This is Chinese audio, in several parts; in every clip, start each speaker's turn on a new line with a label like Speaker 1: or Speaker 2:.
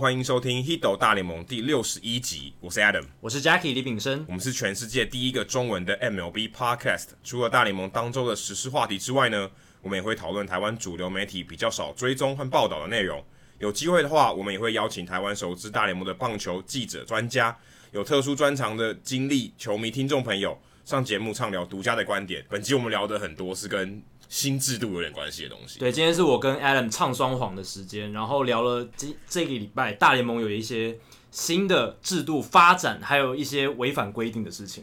Speaker 1: 欢迎收听《Hido 大联盟》第六十一集，我是 Adam，
Speaker 2: 我是 Jackie 李炳生
Speaker 1: 我。们是全世界第一个中文的 MLB Podcast。除了大联盟当周的时事话题之外呢，我们也会讨论台湾主流媒体比较少追踪和报道的内容。有机会的话，我们也会邀请台湾熟知大联盟的棒球记者、专家，有特殊专长的经历球迷听众朋友上节目畅聊独家的观点。本集我们聊的很多是跟新制度有点关系的东西。
Speaker 2: 对，今天是我跟 Adam 唱双簧的时间，然后聊了这这个礼拜大联盟有一些新的制度发展，还有一些违反规定的事情。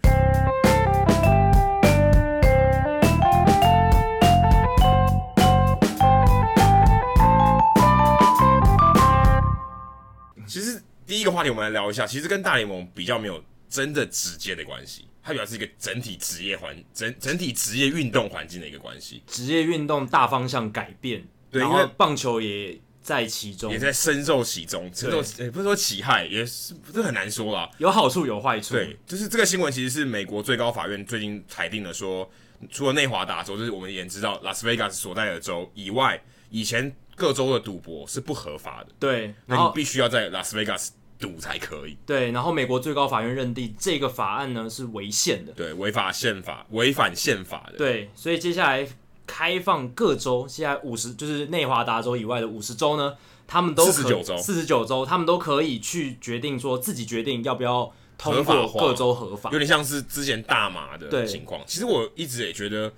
Speaker 1: 其实第一个话题我们来聊一下，其实跟大联盟比较没有真的直接的关系，它表示一个整体职业环整整体职业运动环境的一个关系，
Speaker 2: 职业运动大方向改变，
Speaker 1: 对
Speaker 2: 然
Speaker 1: 因
Speaker 2: 后
Speaker 1: 为
Speaker 2: 棒球也在其中
Speaker 1: 也，在深受其中，深受也不是说其害，也是这很难说啦。
Speaker 2: 有好处有坏处。
Speaker 1: 对，就是这个新闻其实是美国最高法院最近裁定了说，除了内华达州，就是我们也知道拉斯维加斯所在的州以外，以前各州的赌博是不合法的，
Speaker 2: 对，
Speaker 1: 那你
Speaker 2: 然后
Speaker 1: 必须要在拉斯维加斯赌才可以。
Speaker 2: 对，然后美国最高法院认定这个法案呢是违宪的。
Speaker 1: 对，违法宪法，违反宪法的。
Speaker 2: 对，所以接下来开放各州，现在五十就是内华达州以外的五十州呢，他们都
Speaker 1: 49州
Speaker 2: 四十九州，他们都可以去决定说自己决定要不要
Speaker 1: 合
Speaker 2: 通
Speaker 1: 法
Speaker 2: 过
Speaker 1: 化
Speaker 2: 各州合法。
Speaker 1: 有点像是之前大麻的
Speaker 2: 对
Speaker 1: 情况。其实我一直也觉得，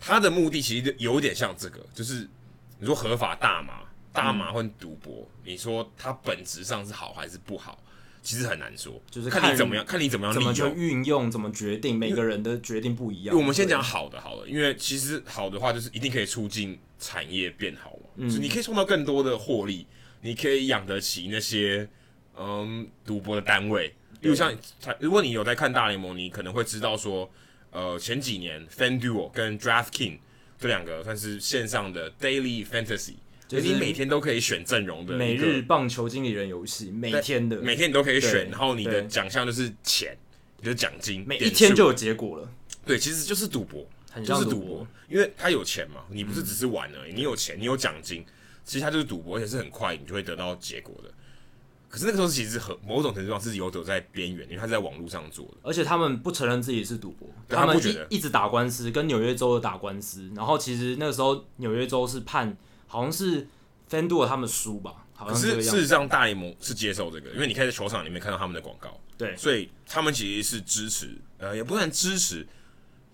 Speaker 1: 他的目的其实有点像这个，就是你说合法大
Speaker 2: 嗯
Speaker 1: 麻、大麻或赌博，你说它本质上是好还是不好，其实很难说，
Speaker 2: 就是
Speaker 1: 看
Speaker 2: 看
Speaker 1: 你怎么样，看你怎么样
Speaker 2: 怎
Speaker 1: 利
Speaker 2: 么去
Speaker 1: 用。
Speaker 2: 运用，怎么决定，每个人的决定不一
Speaker 1: 因
Speaker 2: 样。
Speaker 1: 为我们先讲
Speaker 2: 对，
Speaker 1: 好的好了，因为其实好的话就是一定可以促进产业变好嘛，
Speaker 2: 嗯
Speaker 1: 就是你可以创造更多的获利，你可以养得起那些嗯赌博的单位，例如像如果你有在看大联盟，你可能会知道说，呃前几年 FanDuel 跟 DraftKings 这两个算是线上的 Daily Fantasy，
Speaker 2: 就是
Speaker 1: 你每天都可以选阵容的
Speaker 2: 每
Speaker 1: 一个
Speaker 2: 日棒球经理人游戏，每天的
Speaker 1: 每天你都可以选，
Speaker 2: 对
Speaker 1: 然后你的
Speaker 2: 对
Speaker 1: 奖项就是钱，你的奖金，
Speaker 2: 每
Speaker 1: 点
Speaker 2: 一天
Speaker 1: 数
Speaker 2: 就有结果了。
Speaker 1: 对，其实就是赌博，
Speaker 2: 很
Speaker 1: 就
Speaker 2: 像
Speaker 1: 是
Speaker 2: 赌博
Speaker 1: 博，因为他有钱嘛，你不是只是玩而已，你有钱，你有奖金，其实他就是赌博，而且是很快你就会得到结果的。可是那个时候其实很某种程度上是游走在边缘，因为他是在网络上做的。
Speaker 2: 而且他们不承认自己是赌博，
Speaker 1: 对
Speaker 2: 们
Speaker 1: 他不觉得
Speaker 2: 一一直打官司，跟纽约州的打官司。然后其实那个时候纽约州是判，好像是 FanDuel 他们输吧，好
Speaker 1: 可
Speaker 2: 像这
Speaker 1: 是
Speaker 2: 个样
Speaker 1: 事
Speaker 2: 子。
Speaker 1: 实上，大联盟是接受这个，因为你可以在球场里面看到他们的广告，
Speaker 2: 对，
Speaker 1: 所以他们其实是支持，呃，也不算支持，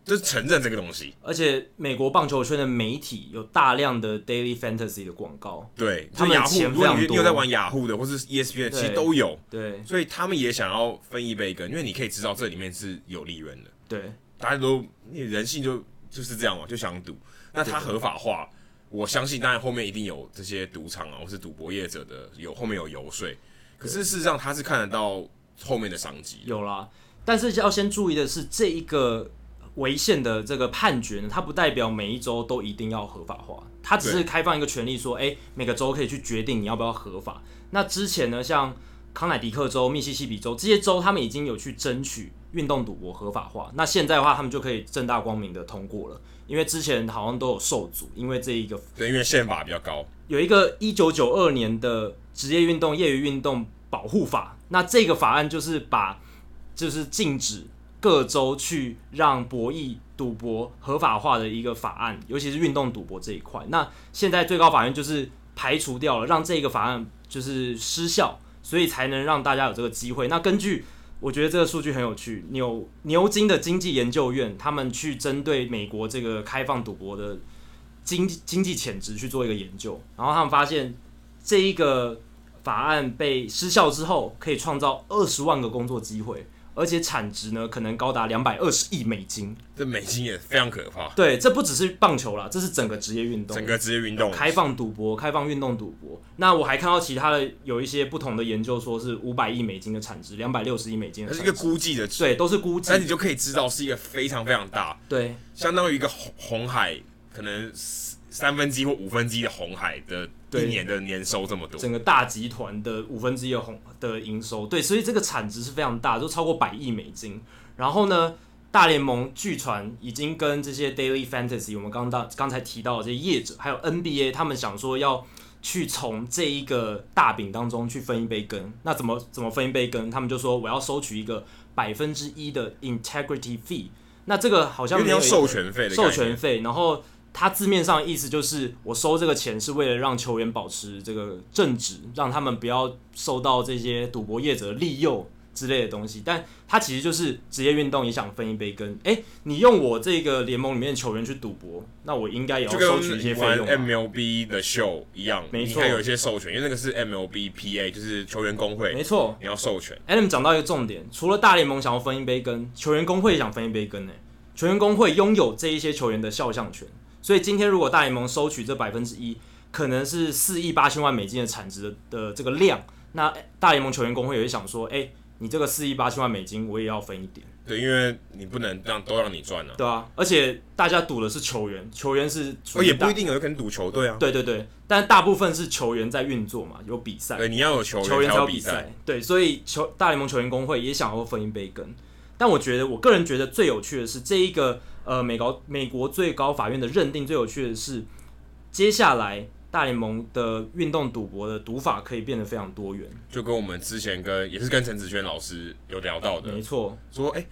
Speaker 1: 就是承认这个东西。
Speaker 2: 而且美国棒球圈的媒体有大量的 Daily Fantasy 的广告，
Speaker 1: 对，
Speaker 2: 他们
Speaker 1: 雅虎，
Speaker 2: 钱
Speaker 1: 如果
Speaker 2: 非
Speaker 1: 你
Speaker 2: 常
Speaker 1: 你有在
Speaker 2: 多
Speaker 1: 玩雅虎的或是 E ESPN，的其实
Speaker 2: 对
Speaker 1: 都有，
Speaker 2: 对
Speaker 1: 所以他们也想要分一杯羹，因为你可以知道这里面是有利润的。
Speaker 2: 对，
Speaker 1: 大家都你人性就就是这样嘛，就想赌。那它合法化，我相信当然后面一定有这些赌场啊，或是赌博业者的有后面有游说。可是事实上，他是看得到后面的商机的。
Speaker 2: 有啦。但是要先注意的是，这一个违宪的这个判决呢，它不代表每一州都一定要合法化，它只
Speaker 1: 对
Speaker 2: 是开放一个权利说，哎，每个州可以去决定你要不要合法。那之前呢，像康乃狄克州、密西西比州这些州，他们已经有去争取运动赌博合法化。那现在的话，他们就可以正大光明的通过了，因为之前好像都有受阻，因为这一个
Speaker 1: 对，因为宪法比较高，
Speaker 2: 有一个一九九二年的职业运动、业余运动保护法，那这个法案就是把就是禁止各州去让博弈、赌博合法化的一个法案，尤其是运动赌博这一块。那现在最高法院就是排除掉了，让这个法案就是失效，所以才能让大家有这个机会。那根据我觉得这个数据很有趣，纽牛津的经济研究院他们去针对美国这个开放赌博的经济经济潜质去做一个研究，然后他们发现这一个法案被失效之后，可以创造二十万个工作机会，而且产值呢可能高达两百二十亿美金。
Speaker 1: 这美金也非常可怕。
Speaker 2: 对，这不只是棒球啦，这是整个职业运动
Speaker 1: 整。个职业运动
Speaker 2: 开放赌博，开放运动赌博。那我还看到其他的有一些不同的研究，说是五百亿美金的产值，两百六十亿美金
Speaker 1: 它
Speaker 2: 的
Speaker 1: 是一
Speaker 2: 产
Speaker 1: 个哎
Speaker 2: 值，
Speaker 1: 估计的值，
Speaker 2: 对，都是估计
Speaker 1: 但。你就可以知道是一个非常非常大，
Speaker 2: 对，
Speaker 1: 相当于一个红红海，可能三三分之一或五分之一的红海的一
Speaker 2: 对
Speaker 1: 年的年收这么多。
Speaker 2: 整个大集团的五分之一的红的营收，对，所以这个产值是非常大，就超过百亿美金。然后呢，大联盟据传已经跟这些 Daily Fantasy，我们刚到刚才提到的这些业者，还有 NBA，他们想说要去从这一个大饼当中去分一杯羹。那怎么怎么分一杯羹？他们就说我要收取一个百分之一的 integrity fee。那这个好像
Speaker 1: 有
Speaker 2: 没
Speaker 1: 点
Speaker 2: 有
Speaker 1: 像授权费的概
Speaker 2: 授
Speaker 1: 念
Speaker 2: 权费，然后它字面上的意思就是我收这个钱是为了让球员保持这个正直，让他们不要受到这些赌博业者的利诱之类的东西。但它其实就是职业运动也想分一杯羹。诶，你用我这个联盟里面的球员去赌博，那我应该也要
Speaker 1: 就
Speaker 2: 收取一些
Speaker 1: 跟
Speaker 2: 费
Speaker 1: 玩
Speaker 2: 用吧。
Speaker 1: MLB 的秀一样，
Speaker 2: 没
Speaker 1: 你
Speaker 2: 错
Speaker 1: 还有一些授权，因为那个是 MLBPA，就是球员工会，
Speaker 2: 没错，
Speaker 1: 你要授权。
Speaker 2: Adam 讲到一个重点，除了大联盟想要分一杯羹，球员工会也想分一杯羹呢、欸球员工会拥有这一些球员的肖像权，所以今天如果大联盟收取这百分之一，可能是四亿八千万美金的产值的的这个量，那大联盟球员工会也会想说，哎、你这个四亿八千万美金，我也要分一点，
Speaker 1: 对，因为你不能让都让你赚啊，
Speaker 2: 对啊，而且大家赌的是球员，球员是
Speaker 1: 哦，也
Speaker 2: 大
Speaker 1: 不一定有可能赌球队啊。
Speaker 2: 对对对，但大部分是球员在运作嘛，有比赛，
Speaker 1: 对，你要有球
Speaker 2: 球员
Speaker 1: 才
Speaker 2: 才有
Speaker 1: 有
Speaker 2: 比
Speaker 1: 赛。
Speaker 2: 赛。对，所以球大联盟球员工会也想要分一杯羹。但我觉得，我个人觉得最有趣的是这一个呃，美高美国最高法院的认定最有趣的是，接下来大联盟的运动赌博的赌法可以变得非常多元。
Speaker 1: 就跟我们之前跟也是跟陈子轩老师有聊到的，
Speaker 2: 没错，
Speaker 1: 说哎、诶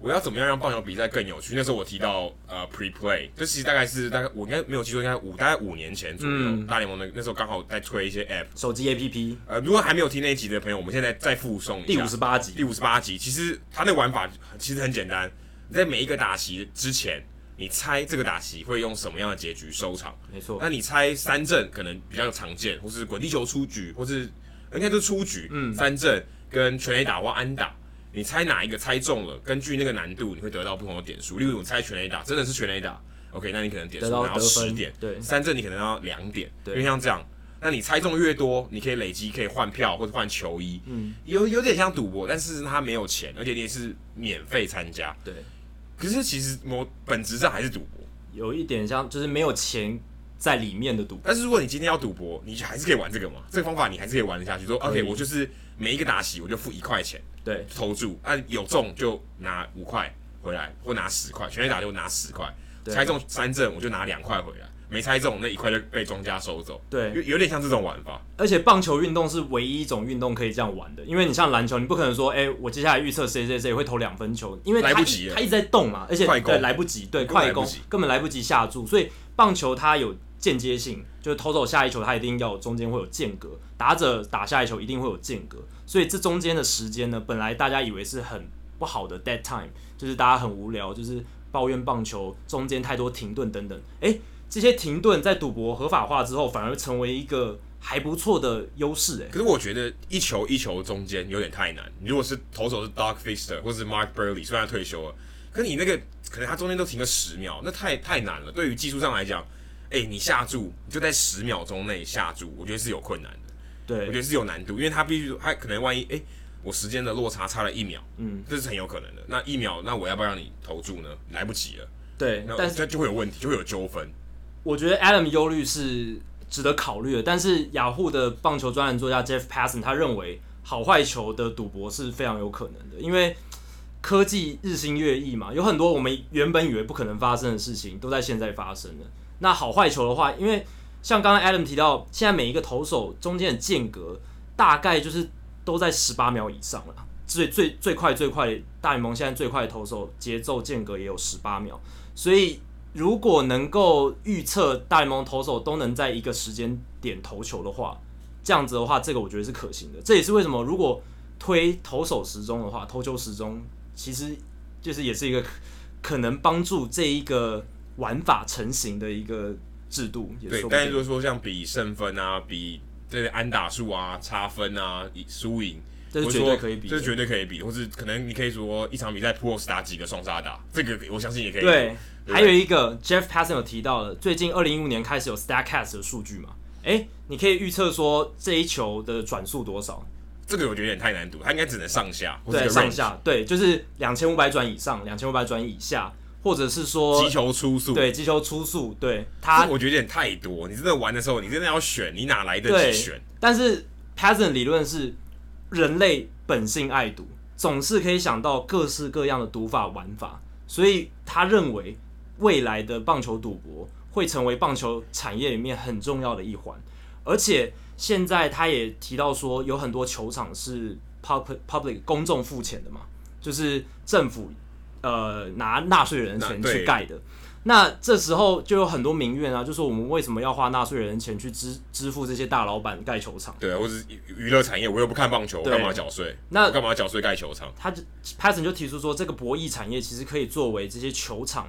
Speaker 1: 我要怎么样让棒球比赛更有趣？那时候我提到呃 pre play，这其实大概是大概我应该没有记错，应该五大概五年前左右，
Speaker 2: 嗯
Speaker 1: 大联盟的那时候刚好在推一些 app。
Speaker 2: 手机 APP
Speaker 1: 呃，如果还没有听那一集的朋友，我们现在再附送一下
Speaker 2: 第五十八集
Speaker 1: 第五十八集，其实它的玩法其实很简单，你在每一个打席之前，你猜这个打席会用什么样的结局收场。
Speaker 2: 没错，
Speaker 1: 那你猜三阵可能比较常见，或是滚地球出局，或是应该是出局，嗯，三阵跟全垒打或安打，你猜哪一个猜中了，根据那个难度，你会得到不同的点数。例如，我猜全垒打，真的是全垒打，OK，那你可能点数
Speaker 2: 得到
Speaker 1: 拿到
Speaker 2: 得分
Speaker 1: 十点，
Speaker 2: 对
Speaker 1: 三阵你可能要两点，
Speaker 2: 对
Speaker 1: 因为像这样。那你猜中越多，你可以累积，可以换票或者换球衣，
Speaker 2: 嗯，
Speaker 1: 有有点像赌博，但是它没有钱，而且你也是免费参加。
Speaker 2: 对，
Speaker 1: 可是其实某本质上还是赌博，
Speaker 2: 有一点像就是没有钱在里面的赌博。
Speaker 1: 但是如果你今天要赌博，你还是可以玩这个嘛，这个方法你还是可以玩得下去。说
Speaker 2: 可以
Speaker 1: OK，我就是每一个打席我就付一块钱
Speaker 2: 对，
Speaker 1: 投注，啊有中就拿五块回来，或拿十块，全垒打就拿十块，
Speaker 2: 对
Speaker 1: 猜中三阵我就拿两块回来，没猜中那一块就被庄家收走。
Speaker 2: 对
Speaker 1: 有有点像这种玩法，
Speaker 2: 而且棒球运动是唯一一种运动可以这样玩的，因为你像篮球，你不可能说，哎、我接下来预测谁谁谁会投两分球，因为它
Speaker 1: 来不及
Speaker 2: 一
Speaker 1: 了
Speaker 2: 它一直在动嘛，而且
Speaker 1: 快攻
Speaker 2: 对来不及，对
Speaker 1: 根本
Speaker 2: 快
Speaker 1: 来
Speaker 2: 攻
Speaker 1: 不及
Speaker 2: 根本来不及下注，所以棒球它有间接性，就是投手下一球它一定要有中间会有间隔，打者打下一球一定会有间隔，所以这中间的时间呢，本来大家以为是很不好的 dead time，就是大家很无聊，就是抱怨棒球中间太多停顿等等，哎、这些停顿在赌博合法化之后，反而成为一个还不错的优势、哎，
Speaker 1: 可是我觉得一球一球中间有点太难。你如果是投手是 Doc Fister 或是 Mark Burley，虽然他退休了，可你那个可能他中间都停个十秒，那太太难了。对于技术上来讲，哎、你下注你就在十秒钟内下注，我觉得是有困难的，我觉
Speaker 2: 对
Speaker 1: 得是有难度，因为他必须他可能万一哎、我时间的落差差了一秒，
Speaker 2: 嗯，
Speaker 1: 这是很有可能的。那一秒，那我要不要让你投注呢？来不及了，
Speaker 2: 对
Speaker 1: 那，
Speaker 2: 但
Speaker 1: 这就会有问题，就会有纠纷。
Speaker 2: 我觉得 Adam 忧虑是值得考虑的，但是雅虎的棒球专栏作家 Jeff Passan 他认为好坏球的赌博是非常有可能的，因为科技日新月异嘛，有很多我们原本以为不可能发生的事情，都在现在发生了。那好坏球的话，因为像刚刚 Adam 提到，现在每一个投手中间的间隔大概就是都在十八秒以上了，最最最快最快大联盟现在最快的投手节奏间隔也有十八秒，所以如果能够预测大联盟投手都能在一个时间点投球的话，这样子的话，这个我觉得是可行的。这也是为什么如果推投手时钟的话，投球时钟其实就是也是一个可可能帮助这一个玩法成型的一个制度，也
Speaker 1: 对
Speaker 2: 说，不
Speaker 1: 但是
Speaker 2: 定。
Speaker 1: 就是说像比胜分啊，比这些安打数啊、差分啊、以输赢，
Speaker 2: 这是
Speaker 1: 或者
Speaker 2: 绝对
Speaker 1: 说
Speaker 2: 可以比的
Speaker 1: 这是绝对可以比，或是可能你可以说一场比赛 Pujols 打几个双杀打，这个我相信也可以。
Speaker 2: 对，
Speaker 1: 对
Speaker 2: 还有一个 Jeff Passan 有提到的，最近二零一五年开始有 Statcast 的数据嘛，诶，你可以预测说这一球的转速多少，
Speaker 1: 这个我觉得有点太难读，它应该只能上下，或是
Speaker 2: 对，
Speaker 1: 个
Speaker 2: 上
Speaker 1: range
Speaker 2: 下，对，就是两千五百转以上，两千五百转以下，或者是说
Speaker 1: 击，球出速。
Speaker 2: 对，击球出速，对
Speaker 1: 这
Speaker 2: 他
Speaker 1: 个，我觉得有点太多，你真的玩的时候，你真的要选，你哪来得
Speaker 2: 对
Speaker 1: 及选？
Speaker 2: 但是 Passan 理论是人类本性爱赌，总是可以想到各式各样的赌法玩法，所以他认为未来的棒球赌博会成为棒球产业里面很重要的一环。而且现在他也提到说，有很多球场是 public public 公众付钱的嘛，就是政府呃拿纳税人的钱
Speaker 1: 那对
Speaker 2: 去盖的。那这时候就有很多民怨啊，就说我们为什么要花纳税人的钱去支支付这些大老板盖球场？
Speaker 1: 对，或是娱娱乐产业，我又不看棒球，我
Speaker 2: 对
Speaker 1: 干嘛缴税？
Speaker 2: 那
Speaker 1: 我干嘛缴税盖球场？
Speaker 2: 他就 Patson 就提出说，这个博弈产业其实可以作为这些球场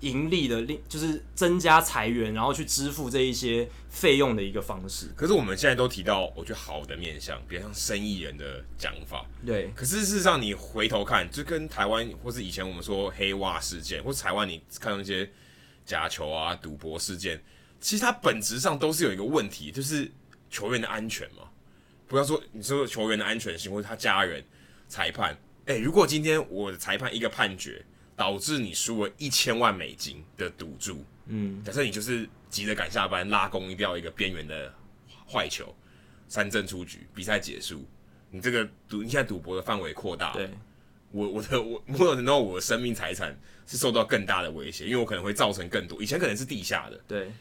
Speaker 2: 盈利的另就是增加裁员，然后去支付这一些费用的一个方式。
Speaker 1: 可是我们现在都提到，我觉得好的面向，比较像生意人的讲法。
Speaker 2: 对，
Speaker 1: 可是事实上，你回头看，就跟台湾或是以前我们说黑袜事件，或是台湾你看到一些假球啊、赌博事件，其实它本质上都是有一个问题，就是球员的安全嘛。不要说你说球员的安全性，或者他家人、裁判。哎、如果今天我的裁判一个判决导致你输了一千万美金的赌注，
Speaker 2: 嗯，
Speaker 1: 假设你就是急着赶下班，拉弓掉一个边缘的坏球，三振出局，比赛结束，你这个赌，你现在赌博的范围扩大，
Speaker 2: 对，
Speaker 1: 我我的我我有能到我的生命财产是受到更大的威胁，因为我可能会造成更多，以前可能是地下的，
Speaker 2: 对，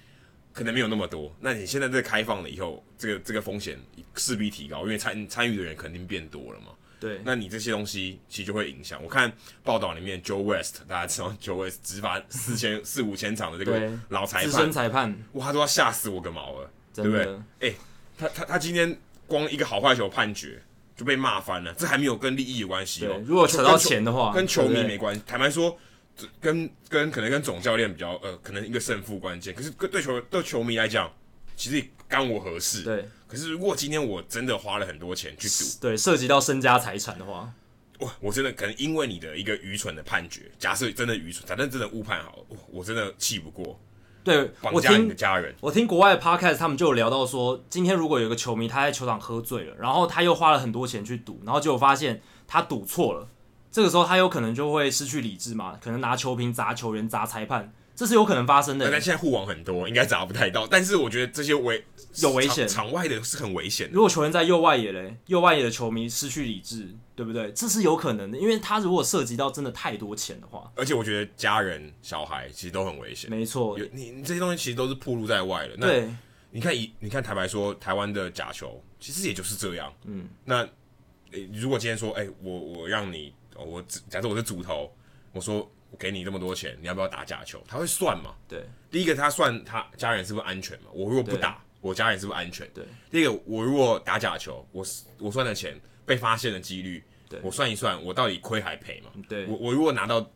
Speaker 1: 可能没有那么多，那你现在这个开放了以后，这个这个风险势必提高，因为参参与的人肯定变多了嘛，
Speaker 2: 对，
Speaker 1: 那你这些东西其实就会影响。我看报道里面，Joe West，大家知道 Joe West 执法四千四五千场的这个
Speaker 2: 对
Speaker 1: 老裁
Speaker 2: 资
Speaker 1: 判
Speaker 2: 深，裁判
Speaker 1: 哇，他都要吓死我个毛了，对
Speaker 2: 真
Speaker 1: 不对？
Speaker 2: 的
Speaker 1: 哎、他他他今天光一个好坏球判决就被骂翻了，这还没有跟利益有关系哦
Speaker 2: 对。。如果扯到钱的话，
Speaker 1: 跟球
Speaker 2: 对
Speaker 1: 迷
Speaker 2: 不对
Speaker 1: 没关系，坦白说，这跟跟可能跟总教练比较，呃，可能一个胜负关键。可是跟对球对球迷来讲，其实干我何事？
Speaker 2: 对
Speaker 1: 可是如果今天我真的花了很多钱去赌，
Speaker 2: 对涉及到身家财产的话，
Speaker 1: 哇，我真的可能因为你的一个愚蠢的判决，假设真的愚蠢，反正真的误判好了，哇我真的气不过，
Speaker 2: 对
Speaker 1: 绑
Speaker 2: 我
Speaker 1: 架你
Speaker 2: 听
Speaker 1: 的家人，
Speaker 2: 我听国外的 podcast，他们就有聊到说，今天如果有一个球迷他在球场喝醉了，然后他又花了很多钱去赌，然后结果发现他赌错了，这个时候他有可能就会失去理智嘛，可能拿球瓶砸球员、砸裁判，这是有可能发生的。
Speaker 1: 但现在护网很多，应该砸不太到。但是我觉得这些危
Speaker 2: 有危险
Speaker 1: 场场外的是很危险的。
Speaker 2: 如果球员在右外野嘞，右外野的球迷失去理智，对不对？这是有可能的，因为他如果涉及到真的太多钱的话，
Speaker 1: 而且我觉得家人、小孩其实都很危险。
Speaker 2: 没错
Speaker 1: 有，你你这些东西其实都是暴露在外的。那
Speaker 2: 对
Speaker 1: 你看以你看坦白说，台湾的假球其实也就是这样。
Speaker 2: 嗯，
Speaker 1: 那、诶如果今天说，哎、我我让你，哦我只假设我是主头，我说我给你这么多钱，你要不要打假球？他会算嘛？
Speaker 2: 对
Speaker 1: 第一个他算他家人是不是安全嘛？我如果不打，我家人是不是安全？
Speaker 2: 对。
Speaker 1: 第一个我如果打假球，我我算的钱被发现的几率
Speaker 2: 对，
Speaker 1: 我算一算，我到底亏还赔嘛？
Speaker 2: 对
Speaker 1: 我我如果拿到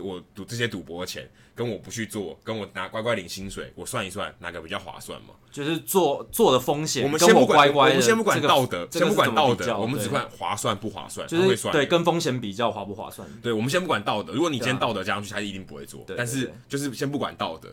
Speaker 1: 我赌这些赌博的钱，跟我不去做，跟我拿乖乖领薪水，我算一算哪个比较划算嘛？
Speaker 2: 就是做做的风险，
Speaker 1: 我们
Speaker 2: 跟
Speaker 1: 先不管，
Speaker 2: 乖乖的
Speaker 1: 我们先不管
Speaker 2: 这个
Speaker 1: 道德，先
Speaker 2: 这个
Speaker 1: 不
Speaker 2: 是
Speaker 1: 管
Speaker 2: 怎么
Speaker 1: 道
Speaker 2: 比
Speaker 1: 德，
Speaker 2: 较
Speaker 1: 我们只
Speaker 2: 对
Speaker 1: 管划算不划算，
Speaker 2: 就
Speaker 1: 他会
Speaker 2: 是
Speaker 1: 算
Speaker 2: 对
Speaker 1: 的
Speaker 2: 跟风险比较划不划算？
Speaker 1: 对，我们先不管道德，如果你今天
Speaker 2: 对啊
Speaker 1: 道德加上去，他一定不会做。
Speaker 2: 对
Speaker 1: 但是
Speaker 2: 对
Speaker 1: 就是先不管道德。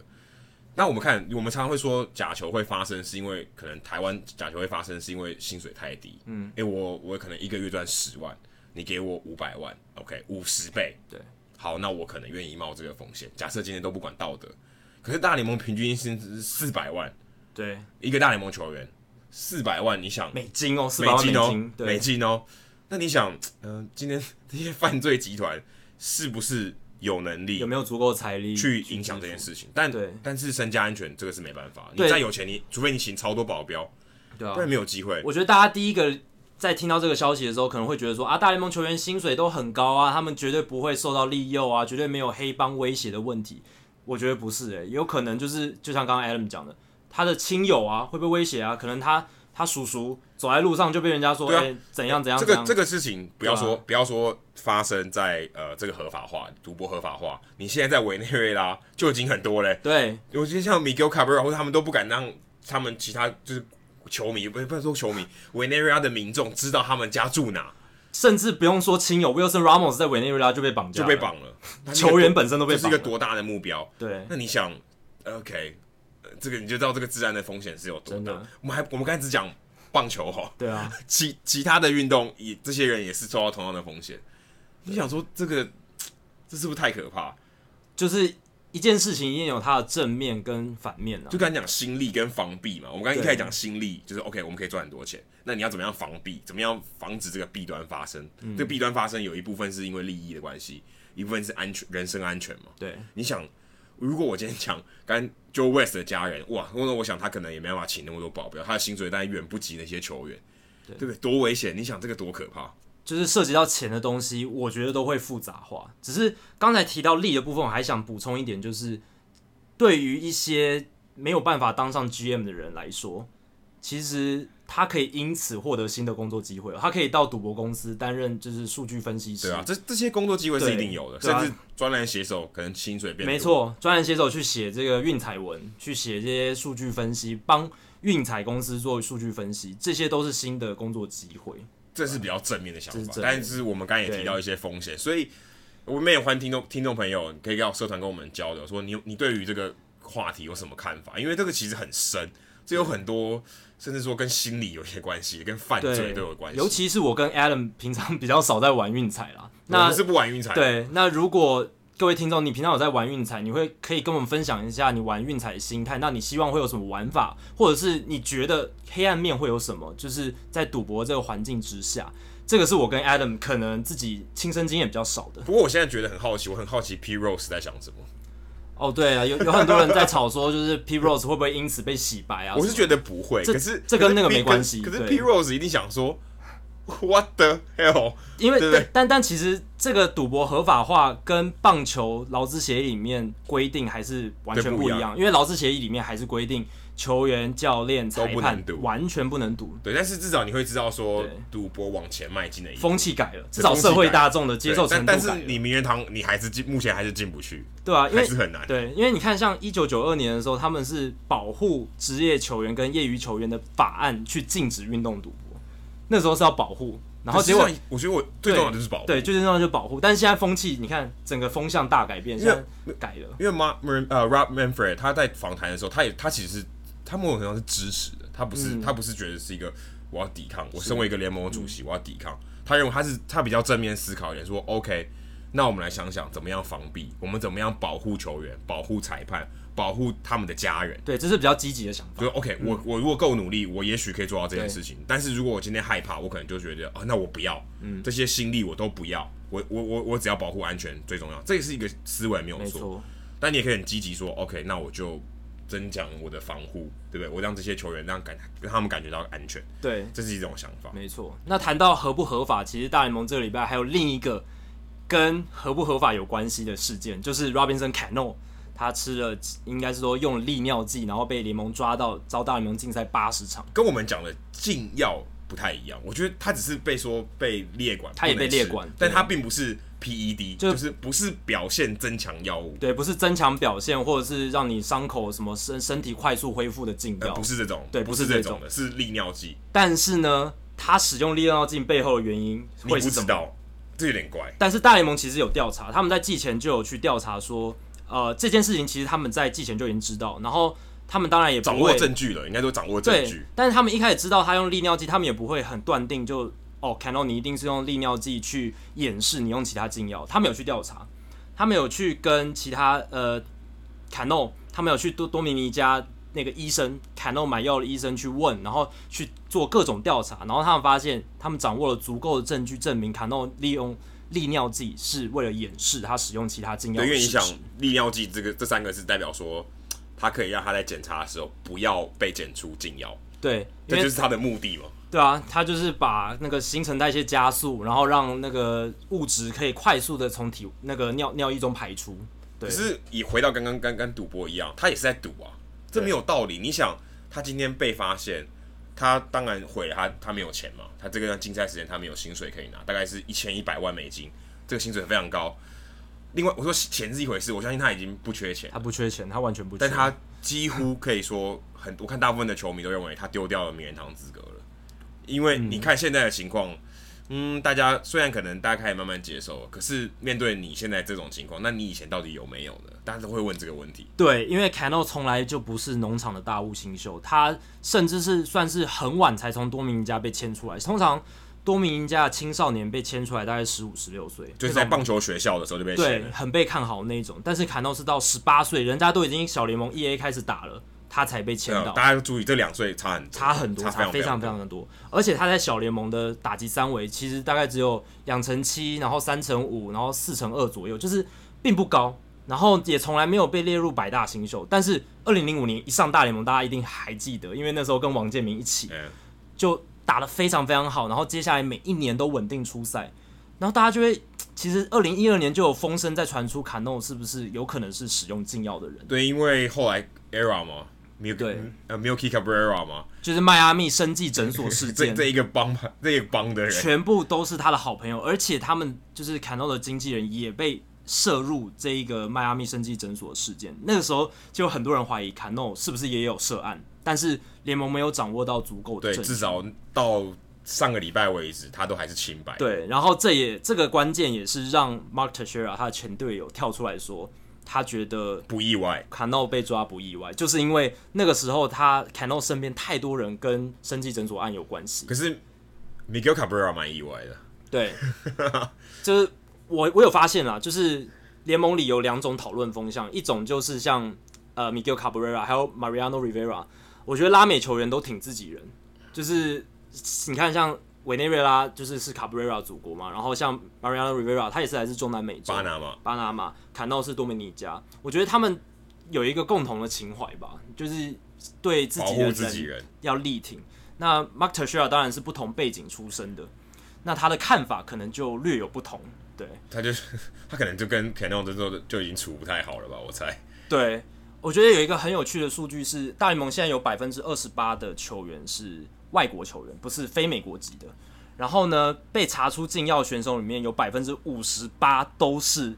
Speaker 1: 那我们看，我们常常会说假球会发生，是因为可能台湾假球会发生，是因为薪水太低。嗯，哎、我我可能一个月赚十万，你给我五百万，OK，五十倍。
Speaker 2: 对，
Speaker 1: 好，那我可能愿意冒这个风险。假设今天都不管道德，可是大联盟平均薪资是四百万，
Speaker 2: 对，
Speaker 1: 一个大联盟球员四百万，你想
Speaker 2: 美金哦，四
Speaker 1: 美
Speaker 2: 百万
Speaker 1: 金哦
Speaker 2: 金，，
Speaker 1: 美
Speaker 2: 对，
Speaker 1: 金哦。那你想，嗯、今天 这些犯罪集团是不是有能力
Speaker 2: 有没有足够的财力
Speaker 1: 去影响这件？事情？但
Speaker 2: 对
Speaker 1: 但是身家安全这个是没办法，你
Speaker 2: 对
Speaker 1: 再有钱，你除非你请超多保镖，
Speaker 2: 对啊
Speaker 1: 不，然没有机会。
Speaker 2: 我觉得大家第一个在听到这个消息的时候，可能会觉得说啊，大联盟球员薪水都很高啊，他们绝对不会受到利诱啊，绝对没有黑帮威胁的问题。我觉得不是诶、欸有可能就是就像刚刚 Adam 讲的，他的亲友啊会被威胁啊，可能他他叔叔走在路上就被人家说
Speaker 1: 对
Speaker 2: 哎、
Speaker 1: 啊
Speaker 2: 诶怎样怎样
Speaker 1: 这
Speaker 2: 怎
Speaker 1: 个
Speaker 2: 样，
Speaker 1: 这个事情不要说、
Speaker 2: 对啊
Speaker 1: 不要说发生在呃这个合法化赌博合法化，你现在在委内瑞拉就已经很多嘞、
Speaker 2: 对
Speaker 1: 我觉得像 Miguel Cabrera 或者他们都不敢让他们其他就是球迷，不是不是说球迷，委内瑞拉的民众知道他们家住哪，
Speaker 2: 甚至不用说亲友，Wilson Ramos 在委内瑞拉就被绑
Speaker 1: 就
Speaker 2: 架了，
Speaker 1: 被绑了。那这个
Speaker 2: 球员本身都被
Speaker 1: 这是一个
Speaker 2: 绑了
Speaker 1: 多大的目标？
Speaker 2: 对
Speaker 1: 那你想，OK，呃这个你就知道这个治安的风险是有多
Speaker 2: 真
Speaker 1: 大
Speaker 2: 的。
Speaker 1: 我们还我们刚才只讲棒球哈，
Speaker 2: 对啊，
Speaker 1: 其其他的运动也这些人也是受到同样的风险。你想说这个这是不是太可怕？
Speaker 2: 就是一件事情一定有它的正面跟反面啊
Speaker 1: 就。刚才讲心力跟防弊嘛，我们刚刚一
Speaker 2: 对
Speaker 1: 开始讲心力，就是 OK，我们可以赚很多钱，那你要怎么样防弊？怎么样防止这个弊端发生？
Speaker 2: 嗯
Speaker 1: 这个弊端发生有一部分是因为利益的关系，一部分是安全人身安全嘛。
Speaker 2: 对
Speaker 1: 你想，如果我今天讲，刚刚 Joe West 的家人，哇，那我想他可能也没办法请那么多保镖，他的薪水当然远不及那些球员，对不对？多危险！你想这个多可怕？
Speaker 2: 就是涉及到钱的东西，我觉得都会复杂化。只是刚才提到利的部分，我还想补充一点，就是对于一些没有办法当上 GM 的人来说，其实他可以因此获得新的工作机会哦，他可以到赌博公司担任就是数据分析师，
Speaker 1: 对啊，这这些工作机会是一定有的，
Speaker 2: 对啊
Speaker 1: 甚至专栏写手可能薪水变
Speaker 2: 没
Speaker 1: 多，
Speaker 2: 错，专栏写手去写这个运彩文，去写这些数据分析，帮运彩公司做数据分析，这些都是新的工作机会。
Speaker 1: 这是比较正面的想
Speaker 2: 这是
Speaker 1: 法。
Speaker 2: 正面
Speaker 1: 但是我们刚才也提到一些风险，所以我们也欢迎听众听众朋友，你可以到社团跟我们交流，说你你对于这个话题有什么看法？因为这个其实很深，这有很多，甚至说跟心理有些关系，跟犯罪都有关系。
Speaker 2: 尤其是我跟 Adam 平常 比较少在玩运彩啦。
Speaker 1: 我
Speaker 2: 那
Speaker 1: 们是不玩运彩的，
Speaker 2: 对，那如果各位听众，你平常有在玩运彩，你会可以跟我们分享一下你玩运彩的心态。那你希望会有什么玩法，或者是你觉得黑暗面会有什么？就是在赌博这个环境之下，这个是我跟 Adam 可能自己亲身经验比较少的。
Speaker 1: 不过我现在觉得很好奇，我很好奇 P Rose 在想什么。
Speaker 2: 哦，对啊，有有很多人在吵说，就是 P Rose 会不会因此被洗白啊？
Speaker 1: 我是觉得不会，
Speaker 2: 这
Speaker 1: 可是
Speaker 2: 这跟那个没关系
Speaker 1: 可是可是
Speaker 2: 对
Speaker 1: P Rose 一定想说，What the hell？
Speaker 2: 因为
Speaker 1: 对不对
Speaker 2: 但但但其实这个赌博合法化跟棒球劳资协议里面规定还是完全
Speaker 1: 对不
Speaker 2: 不
Speaker 1: 一
Speaker 2: 一
Speaker 1: 样
Speaker 2: 样，因为劳资协议里面还是规定球员、教练、裁
Speaker 1: 不
Speaker 2: 判
Speaker 1: 能赌
Speaker 2: 完全不能赌，
Speaker 1: 对，但是至少你会知道说
Speaker 2: 对
Speaker 1: 赌博往前迈进的一步。
Speaker 2: 风气改了，至
Speaker 1: 风
Speaker 2: 少
Speaker 1: 气
Speaker 2: 社会
Speaker 1: 改
Speaker 2: 大众的
Speaker 1: 对
Speaker 2: 接受程
Speaker 1: 但
Speaker 2: 度
Speaker 1: 但
Speaker 2: 改
Speaker 1: 是
Speaker 2: 了
Speaker 1: 你名人堂你还是进，目前还是进不去，
Speaker 2: 对啊，因
Speaker 1: 还
Speaker 2: 为
Speaker 1: 是很难。
Speaker 2: 对，因为你看，像一九九二年的时候，他们是保护职业球员跟业余球员的法案去禁止运动赌博，那时候是要保护，然后
Speaker 1: 可是
Speaker 2: 结果
Speaker 1: 这样我觉得我最重要的就是保护，
Speaker 2: 对，最重要就保护。但是现在风气，你看整个风向大改变，
Speaker 1: 因
Speaker 2: 现
Speaker 1: 为
Speaker 2: 在改了，
Speaker 1: 因为 Ma Mar- 呃 Rob Manfred 他在访谈的时候，他也他其实是他某种程度上是支持的，他不是、他不是觉得是一个我要抵抗，我身为一个联盟的主席、我要抵抗，他认为他是他比较正面思考一点，说 OK，那我们来想想怎么样防避，我们怎么样保护球员、保护裁判、保护他们的家人。
Speaker 2: 对，这是比较积极的想法
Speaker 1: 就是 OK，、我我如果够努力，我也许可以做到这件事情。但是如果我今天害怕，我可能就觉得啊，那我不要，这些心力我都不要，我我我我只要保护安全最重要。这也是一个思维没有
Speaker 2: 没
Speaker 1: 错，
Speaker 2: 错，
Speaker 1: 但你也可以很积极说 OK，那我就增强我的防护，对不对？我让这些球员让感让他们感觉到安全，
Speaker 2: 对，
Speaker 1: 这是一种想法。
Speaker 2: 没错。那谈到合不合法，其实大联盟这个礼拜还有另一个跟合不合法有关系的事件，就是 Robinson Cano 他吃了，应该是说用了利尿剂，然后被联盟抓到，遭大联盟禁赛八十场。
Speaker 1: 跟我们讲的禁药不太一样，我觉得他只是被说被列管，
Speaker 2: 他也
Speaker 1: 不能
Speaker 2: 被列
Speaker 1: 吃
Speaker 2: 管
Speaker 1: 但
Speaker 2: 对
Speaker 1: 他并不是 PED，
Speaker 2: 就
Speaker 1: 就是不是表现增强药物，
Speaker 2: 对，不是增强表现，或者是让你伤口什么身身体快速恢复的禁
Speaker 1: 呃，
Speaker 2: 药
Speaker 1: 不，是这种，
Speaker 2: 对
Speaker 1: 不
Speaker 2: 不是
Speaker 1: 这
Speaker 2: 这
Speaker 1: 种
Speaker 2: 种
Speaker 1: 的，是利尿剂。
Speaker 2: 但是呢，他使用利尿剂背后的原因
Speaker 1: 你
Speaker 2: 会
Speaker 1: 不
Speaker 2: 是
Speaker 1: 知
Speaker 2: 什么？
Speaker 1: 道，这有点怪。
Speaker 2: 但是大联盟其实有调查，他们在季前就有去调查说，呃，这件事情其实他们在季前就已经知道，然后他们当然也不
Speaker 1: 掌握
Speaker 2: 会
Speaker 1: 证据了，应该说掌握证
Speaker 2: 对
Speaker 1: 据。，
Speaker 2: 但是他们一开始知道他用利尿剂，他们也不会很断定就哦，Cano 你一定是用利尿剂去掩饰你用其他禁药，他们有去调查，他们有去跟其他呃 Cano，他们有去多多米尼家。那个医生，Cano 买药的医生去问，然后去做各种调查，然后他们发现，他们掌握了足够的证据证明 Cano 利用利尿剂是为了掩饰他使用其他禁药
Speaker 1: 对，
Speaker 2: 的
Speaker 1: 因为你
Speaker 2: 事
Speaker 1: 想
Speaker 2: 实。
Speaker 1: 利尿剂这个这三个字代表说，他可以让他在检查的时候不要被检出禁药，
Speaker 2: 对，
Speaker 1: 这
Speaker 2: 因为
Speaker 1: 就是他的目的嘛。
Speaker 2: 对啊，他就是把那个新陈代谢加速，然后让那个物质可以快速的从体那个尿尿液中排出。对
Speaker 1: 可是也回到刚刚刚刚赌博一样，他也是在赌啊，这
Speaker 2: 对
Speaker 1: 没有道理。你想，他今天被发现，他当然毁了他，他没有钱嘛，他这个竞赛时间他没有薪水可以拿，大概是一千一百万美金，这个薪水非常高。另外，我说钱是一回事，我相信他已经不缺钱，
Speaker 2: 他不缺钱，他完全不缺。
Speaker 1: 但他几乎可以说很，我看大部分的球迷都认为他丢掉了名人堂资格了，因为
Speaker 2: 嗯
Speaker 1: 你看现在的情况，嗯，大家虽然可能大家开始慢慢接受了，可是面对你现在这种情况，那你以前到底有没有呢？大家都会问这个问题。
Speaker 2: 对，因为 Cano 从来就不是农场的大物新秀，他甚至是算是很晚才从多米尼加被签出来。通常多米尼加的青少年被签出来大概十五十六岁，
Speaker 1: 就是在
Speaker 2: 那种
Speaker 1: 棒球学校的时候就被签
Speaker 2: 对
Speaker 1: 了，
Speaker 2: 很被看好那一种。但是 Cano 是到十八岁，人家都已经小联盟 1A 开始打了，他才被签
Speaker 1: 对啊
Speaker 2: 到。
Speaker 1: 大家要注意这两岁差很多
Speaker 2: 差很多，
Speaker 1: 差
Speaker 2: 差
Speaker 1: 非
Speaker 2: 非
Speaker 1: 常
Speaker 2: 常
Speaker 1: 非常
Speaker 2: 非
Speaker 1: 多。
Speaker 2: 常的多。而且他在小联盟的打击三围其实大概只有两成七，然后三成五，然后四成二左右，就是并不高。然后也从来没有被列入百大新秀。但是二零零五年一上大联盟，大家一定还记得，因为那时候跟王建民一起
Speaker 1: 嗯，
Speaker 2: 就打得非常非常好，然后接下来每一年都稳定出赛，然后大家就会，其实二零一二年就有风声在传出卡诺是不是有可能是使用禁药的人，
Speaker 1: 对，因为后来 ERA 嘛
Speaker 2: 对
Speaker 1: ，Milky 呃 Milky Cabrera 嘛，
Speaker 2: 就是迈阿密生计诊所事
Speaker 1: 这
Speaker 2: 件
Speaker 1: 这。一个帮嘛，这一个帮的人，
Speaker 2: 全部都是他的好朋友，而且他们就是坎诺的经纪人也被涉入这一个迈阿密生技诊所事件。那个时候就有很多人怀疑坎诺是不是也有涉案，但是联盟没有掌握到足够的
Speaker 1: 对，
Speaker 2: 证
Speaker 1: 至
Speaker 2: 据。
Speaker 1: 少到上个礼拜为止，他都还是清白。
Speaker 2: 对，然后这也这个关键也是让 Mark Teixeira 他的前队友跳出来说，他觉得
Speaker 1: 不意外，
Speaker 2: 卡诺被抓不意外，就是因为那个时候他卡诺身边太多人跟生技诊所案有关系。
Speaker 1: 可是 Miguel Cabrera 蛮意外的。
Speaker 2: 对， 就是我我有发现啦，就是联盟里有两种讨论风向，一种就是像呃 Miguel Cabrera 还有 Mariano Rivera，我觉得拉美球员都挺自己人，就是你看像委内瑞拉就是是 Cabrera 祖国嘛，然后像 Mariano Rivera 他也是来自中南美洲，
Speaker 1: 巴拿马，
Speaker 2: 巴拿马，坎到是多米尼加，我觉得他们有一个共同的情怀吧，就是对自
Speaker 1: 保
Speaker 2: 己的
Speaker 1: 护自己人，
Speaker 2: 要力挺。那 Mark Teixeira 当然是不同背景出身的，那他的看法可能就略有不同。对
Speaker 1: 他就是 他可能就跟 Cano 这时候就已经处不太好了吧，我猜。
Speaker 2: 对，我觉得有一个很有趣的数据是，大联盟现在有百分之二十八的球员是外国球员，不是非美国籍的。然后呢，被查出禁药选手里面有百分之五十八都是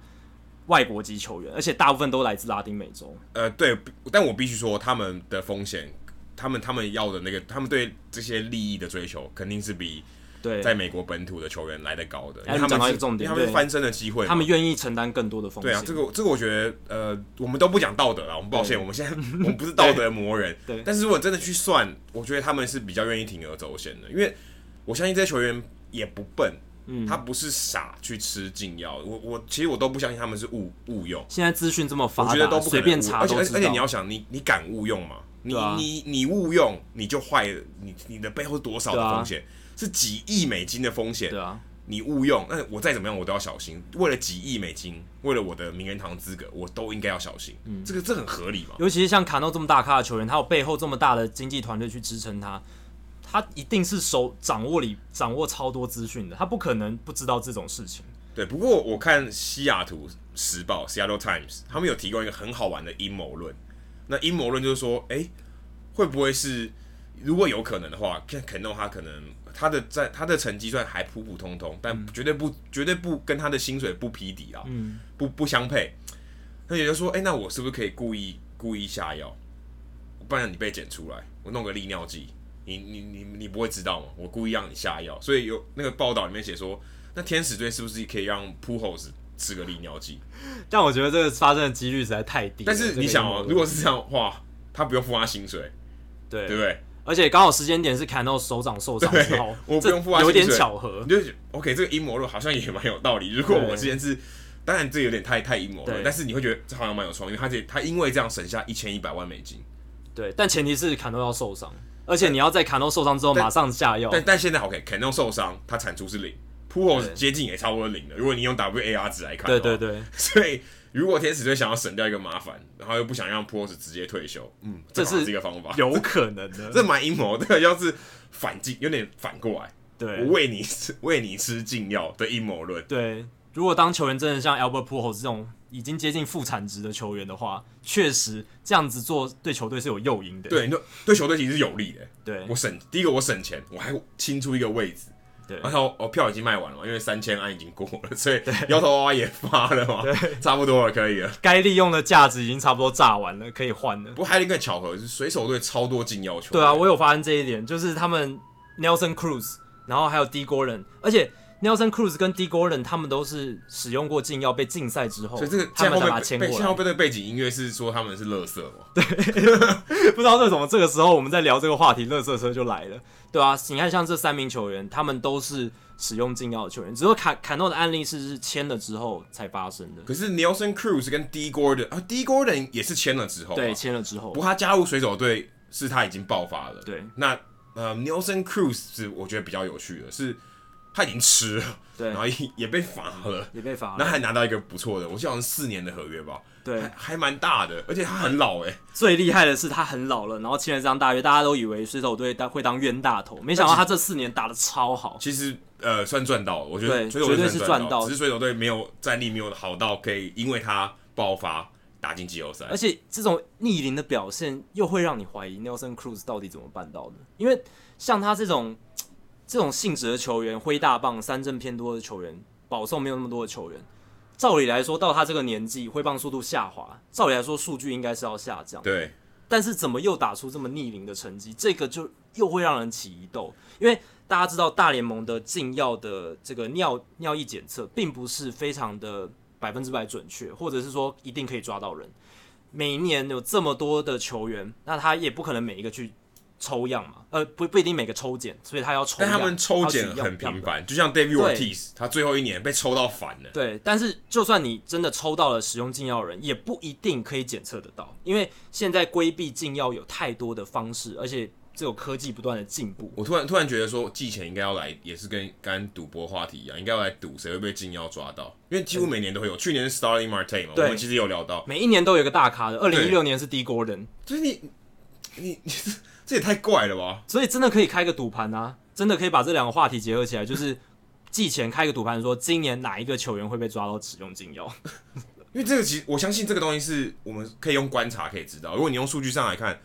Speaker 2: 外国籍球员，而且大部分都来自拉丁美洲。
Speaker 1: 呃，对，但我必须说，他们的风险，他们他们要的那个，他们对这些利益的追求，肯定是比
Speaker 2: 对，
Speaker 1: 在美国本土的球员来的高的，因
Speaker 2: 哎
Speaker 1: 为他
Speaker 2: 你
Speaker 1: 们
Speaker 2: 讲到一
Speaker 1: 是
Speaker 2: 个重点
Speaker 1: 因为他们是
Speaker 2: 对
Speaker 1: 翻身的机会嘛，
Speaker 2: 他们愿意承担更多的风险。
Speaker 1: 对啊，这个这个我觉得，呃，我们都不讲道德了，我们抱歉，我们现在 我们不是道德魔人，
Speaker 2: 对
Speaker 1: 但是如果真的去算，我觉得他们是比较愿意铤而走险的，因为我相信这些球员也不笨，
Speaker 2: 嗯
Speaker 1: 他不是傻去吃禁药，我我其实我都不相信他们是误误用，
Speaker 2: 现在资讯这么发
Speaker 1: 我
Speaker 2: 达，
Speaker 1: 觉得都不可能误
Speaker 2: 随便查
Speaker 1: 而且
Speaker 2: 都
Speaker 1: 而
Speaker 2: 知
Speaker 1: 且
Speaker 2: 道。
Speaker 1: 而且你要想，你你敢误用吗？你、
Speaker 2: 对啊
Speaker 1: 你你误用你就坏了，你你的背后多少
Speaker 2: 对
Speaker 1: 的
Speaker 2: 啊
Speaker 1: 风险？是几亿美金的风险
Speaker 2: 对，啊，
Speaker 1: 你误用，那我再怎么样我都要小心。为了几亿美金，为了我的名人堂资格，我都应该要小心。这个这很合理嘛？
Speaker 2: 尤其是像卡诺这么大咖的球员，他有背后这么大的经纪团队去支撑他，他一定是手掌握里掌握超多资讯的，他不可能不知道这种事情。
Speaker 1: 对，不过我看西雅图时报 （Seattle Times） 他们有提供一个很好玩的阴谋论。那阴谋论就是说，哎、会不会是如果有可能的话，看肯诺他可能他的在他的成绩算还普普通通，但绝对不绝对不跟他的薪水不匹敌啊，
Speaker 2: 嗯，
Speaker 1: 不不相配。那也就是说，哎、那我是不是可以故意故意下药？不然你被检出来，我弄个利尿剂，你你你你不会知道吗？我故意让你下药，所以有那个报道里面写说，那天使队是不是可以让 p u 子吃个利尿剂？
Speaker 2: 但我觉得这个发生的几率实在太低了。
Speaker 1: 但是
Speaker 2: 这个
Speaker 1: 你想
Speaker 2: 阴
Speaker 1: 哦，
Speaker 2: 谋论
Speaker 1: 如果是这样的话，他不用付他薪水，
Speaker 2: 对
Speaker 1: 对不对？
Speaker 2: 而且刚好时间点是卡诺手掌受伤之后，
Speaker 1: 对我不
Speaker 2: 这
Speaker 1: 用付他
Speaker 2: 有
Speaker 1: 薪水
Speaker 2: 点巧合
Speaker 1: 你。就觉得 OK，这个阴谋论好像也蛮有道理。如果
Speaker 2: 对
Speaker 1: 我之前是，当然这有点太太阴谋论
Speaker 2: 对，
Speaker 1: 但是你会觉得这好像蛮有创意，因为他这他因为这样省下一千一百万美金。
Speaker 2: 对，但前提是卡诺要受伤，而且你要在卡诺受伤之后
Speaker 1: 但
Speaker 2: 马上下药。
Speaker 1: 但但现在 OK，肯诺受伤，他产出是零 p u o 接近也差不多零了。如果你用 WAR 值来看，
Speaker 2: 对对。对，
Speaker 1: 所以如果天使队想要省掉一个麻烦，然后又不想让 p u o 直接退休，嗯，
Speaker 2: 这
Speaker 1: 好像
Speaker 2: 是
Speaker 1: 是一个方法，
Speaker 2: 有可能的。
Speaker 1: 这蛮阴谋的，要是反击有点反过来，
Speaker 2: 对，
Speaker 1: 我喂你吃喂你吃禁药的阴谋论。
Speaker 2: 对，如果当球员真的像 Albert Pujols 这种已经接近负产值的球员的话，确实这样子做对球队是有诱因的。
Speaker 1: 对，你就对球队其实是有利的。
Speaker 2: 对
Speaker 1: 我省第一个我省钱，我还清出一个位置，
Speaker 2: 对
Speaker 1: 然后我、哦票已经卖完了嘛，因为三千安已经过了，所以摇头娃娃也发了嘛，差不多了，可以了。
Speaker 2: 该利用的价值已经差不多炸完了，可以换了
Speaker 1: 不。过还有一个巧合，就是水手队超多禁药球。
Speaker 2: 对啊，我有发现这一点，就是他们 Nelson Cruz，然后还有 D Gordon，而且 Nelson Cruz 跟 D Gordon 他们都是使用过禁药被禁赛之后，
Speaker 1: 所以这个
Speaker 2: 他
Speaker 1: 现在
Speaker 2: 们
Speaker 1: 后
Speaker 2: 才把它
Speaker 1: 面
Speaker 2: 签
Speaker 1: 背，
Speaker 2: 过
Speaker 1: 现在后
Speaker 2: 来。
Speaker 1: 面的背景音乐是说他们是乐色嘛？
Speaker 2: 不知道为什么这个时候我们在聊这个话题，乐色车就来了，对啊，你看像这三名球员，他们都是使用禁药的球员，只有卡卡诺的案例是是签了之后才发生的，
Speaker 1: 可是 Nelson Cruz 跟 D Gordon 啊，D Gordon 也是签了之后、啊，
Speaker 2: 对，签了之后
Speaker 1: 不，过他加入水手队是他已经爆发了。
Speaker 2: 对
Speaker 1: 那呃，Nelson Cruz 是我觉得比较有趣的，是他已经吃了，
Speaker 2: 对
Speaker 1: 然，后也也被罚了，
Speaker 2: 也被罚
Speaker 1: 然后
Speaker 2: 了。
Speaker 1: 还拿到一个不错的，我记得好像四年的合约吧，还
Speaker 2: 对，
Speaker 1: 还蛮大的，而且他很老哎、
Speaker 2: 最厉害的是他很老了，然后签了这张大约，大家都以为水手队当会当冤大头，没想到他这四年打的超好。
Speaker 1: 其实呃算赚到了，我觉得
Speaker 2: 对
Speaker 1: 水手队
Speaker 2: 绝对是
Speaker 1: 赚
Speaker 2: 赚到
Speaker 1: 只是水手队没有战力没有好到可以因为他爆发打进季后赛
Speaker 2: 而，且这种逆龄的表现，又会让你怀疑 Nelson Cruz 到底怎么办到的。因为像他这种这种性质的球员，挥大棒、三振偏多的球员，保送没有那么多的球员，照理来说，到他这个年纪，挥棒速度下滑，照理来说数据应该是要下降。
Speaker 1: 对
Speaker 2: 但是怎么又打出这么逆龄的成绩？这个就又会让人起疑窦，因为大家知道大联盟的禁药的这个尿尿液检测并不是非常的百分之百准确，或者是说一定可以抓到人。每一年有这么多的球员，那他也不可能每一个去抽样嘛，呃，不不一定每个抽检，所以他要抽
Speaker 1: 但
Speaker 2: 样。
Speaker 1: 他们抽
Speaker 2: 他要取
Speaker 1: 检
Speaker 2: 样
Speaker 1: 很
Speaker 2: 样
Speaker 1: 频
Speaker 2: 本
Speaker 1: 繁，就像 David
Speaker 2: 对
Speaker 1: Ortiz，他最后一年被抽到反了，
Speaker 2: 对，但是就算你真的抽到了使用禁药的人，也不一定可以检测得到，因为现在规避禁药有太多的方式，而且这有科技不断的进步。
Speaker 1: 我突然突然觉得说，季前应该要来，也是跟刚刚赌博话题一样，应该要来赌谁会被禁药抓到，因为几乎每年都会有。去年是 Starling Marte 嘛，我
Speaker 2: 对
Speaker 1: 们其实有聊到，
Speaker 2: 每一年都有一个大咖的，二零一六年是 D Gordon，
Speaker 1: 就是你你 你这也太怪了吧？
Speaker 2: 所以真的可以开个赌盘啊，真的可以把这两个话题结合起来，就是季前开个赌盘，说今年哪一个球员会被抓到使用禁药。
Speaker 1: 因为这个其实我相信这个东西是我们可以用观察可以知道，如果你用数据上来看，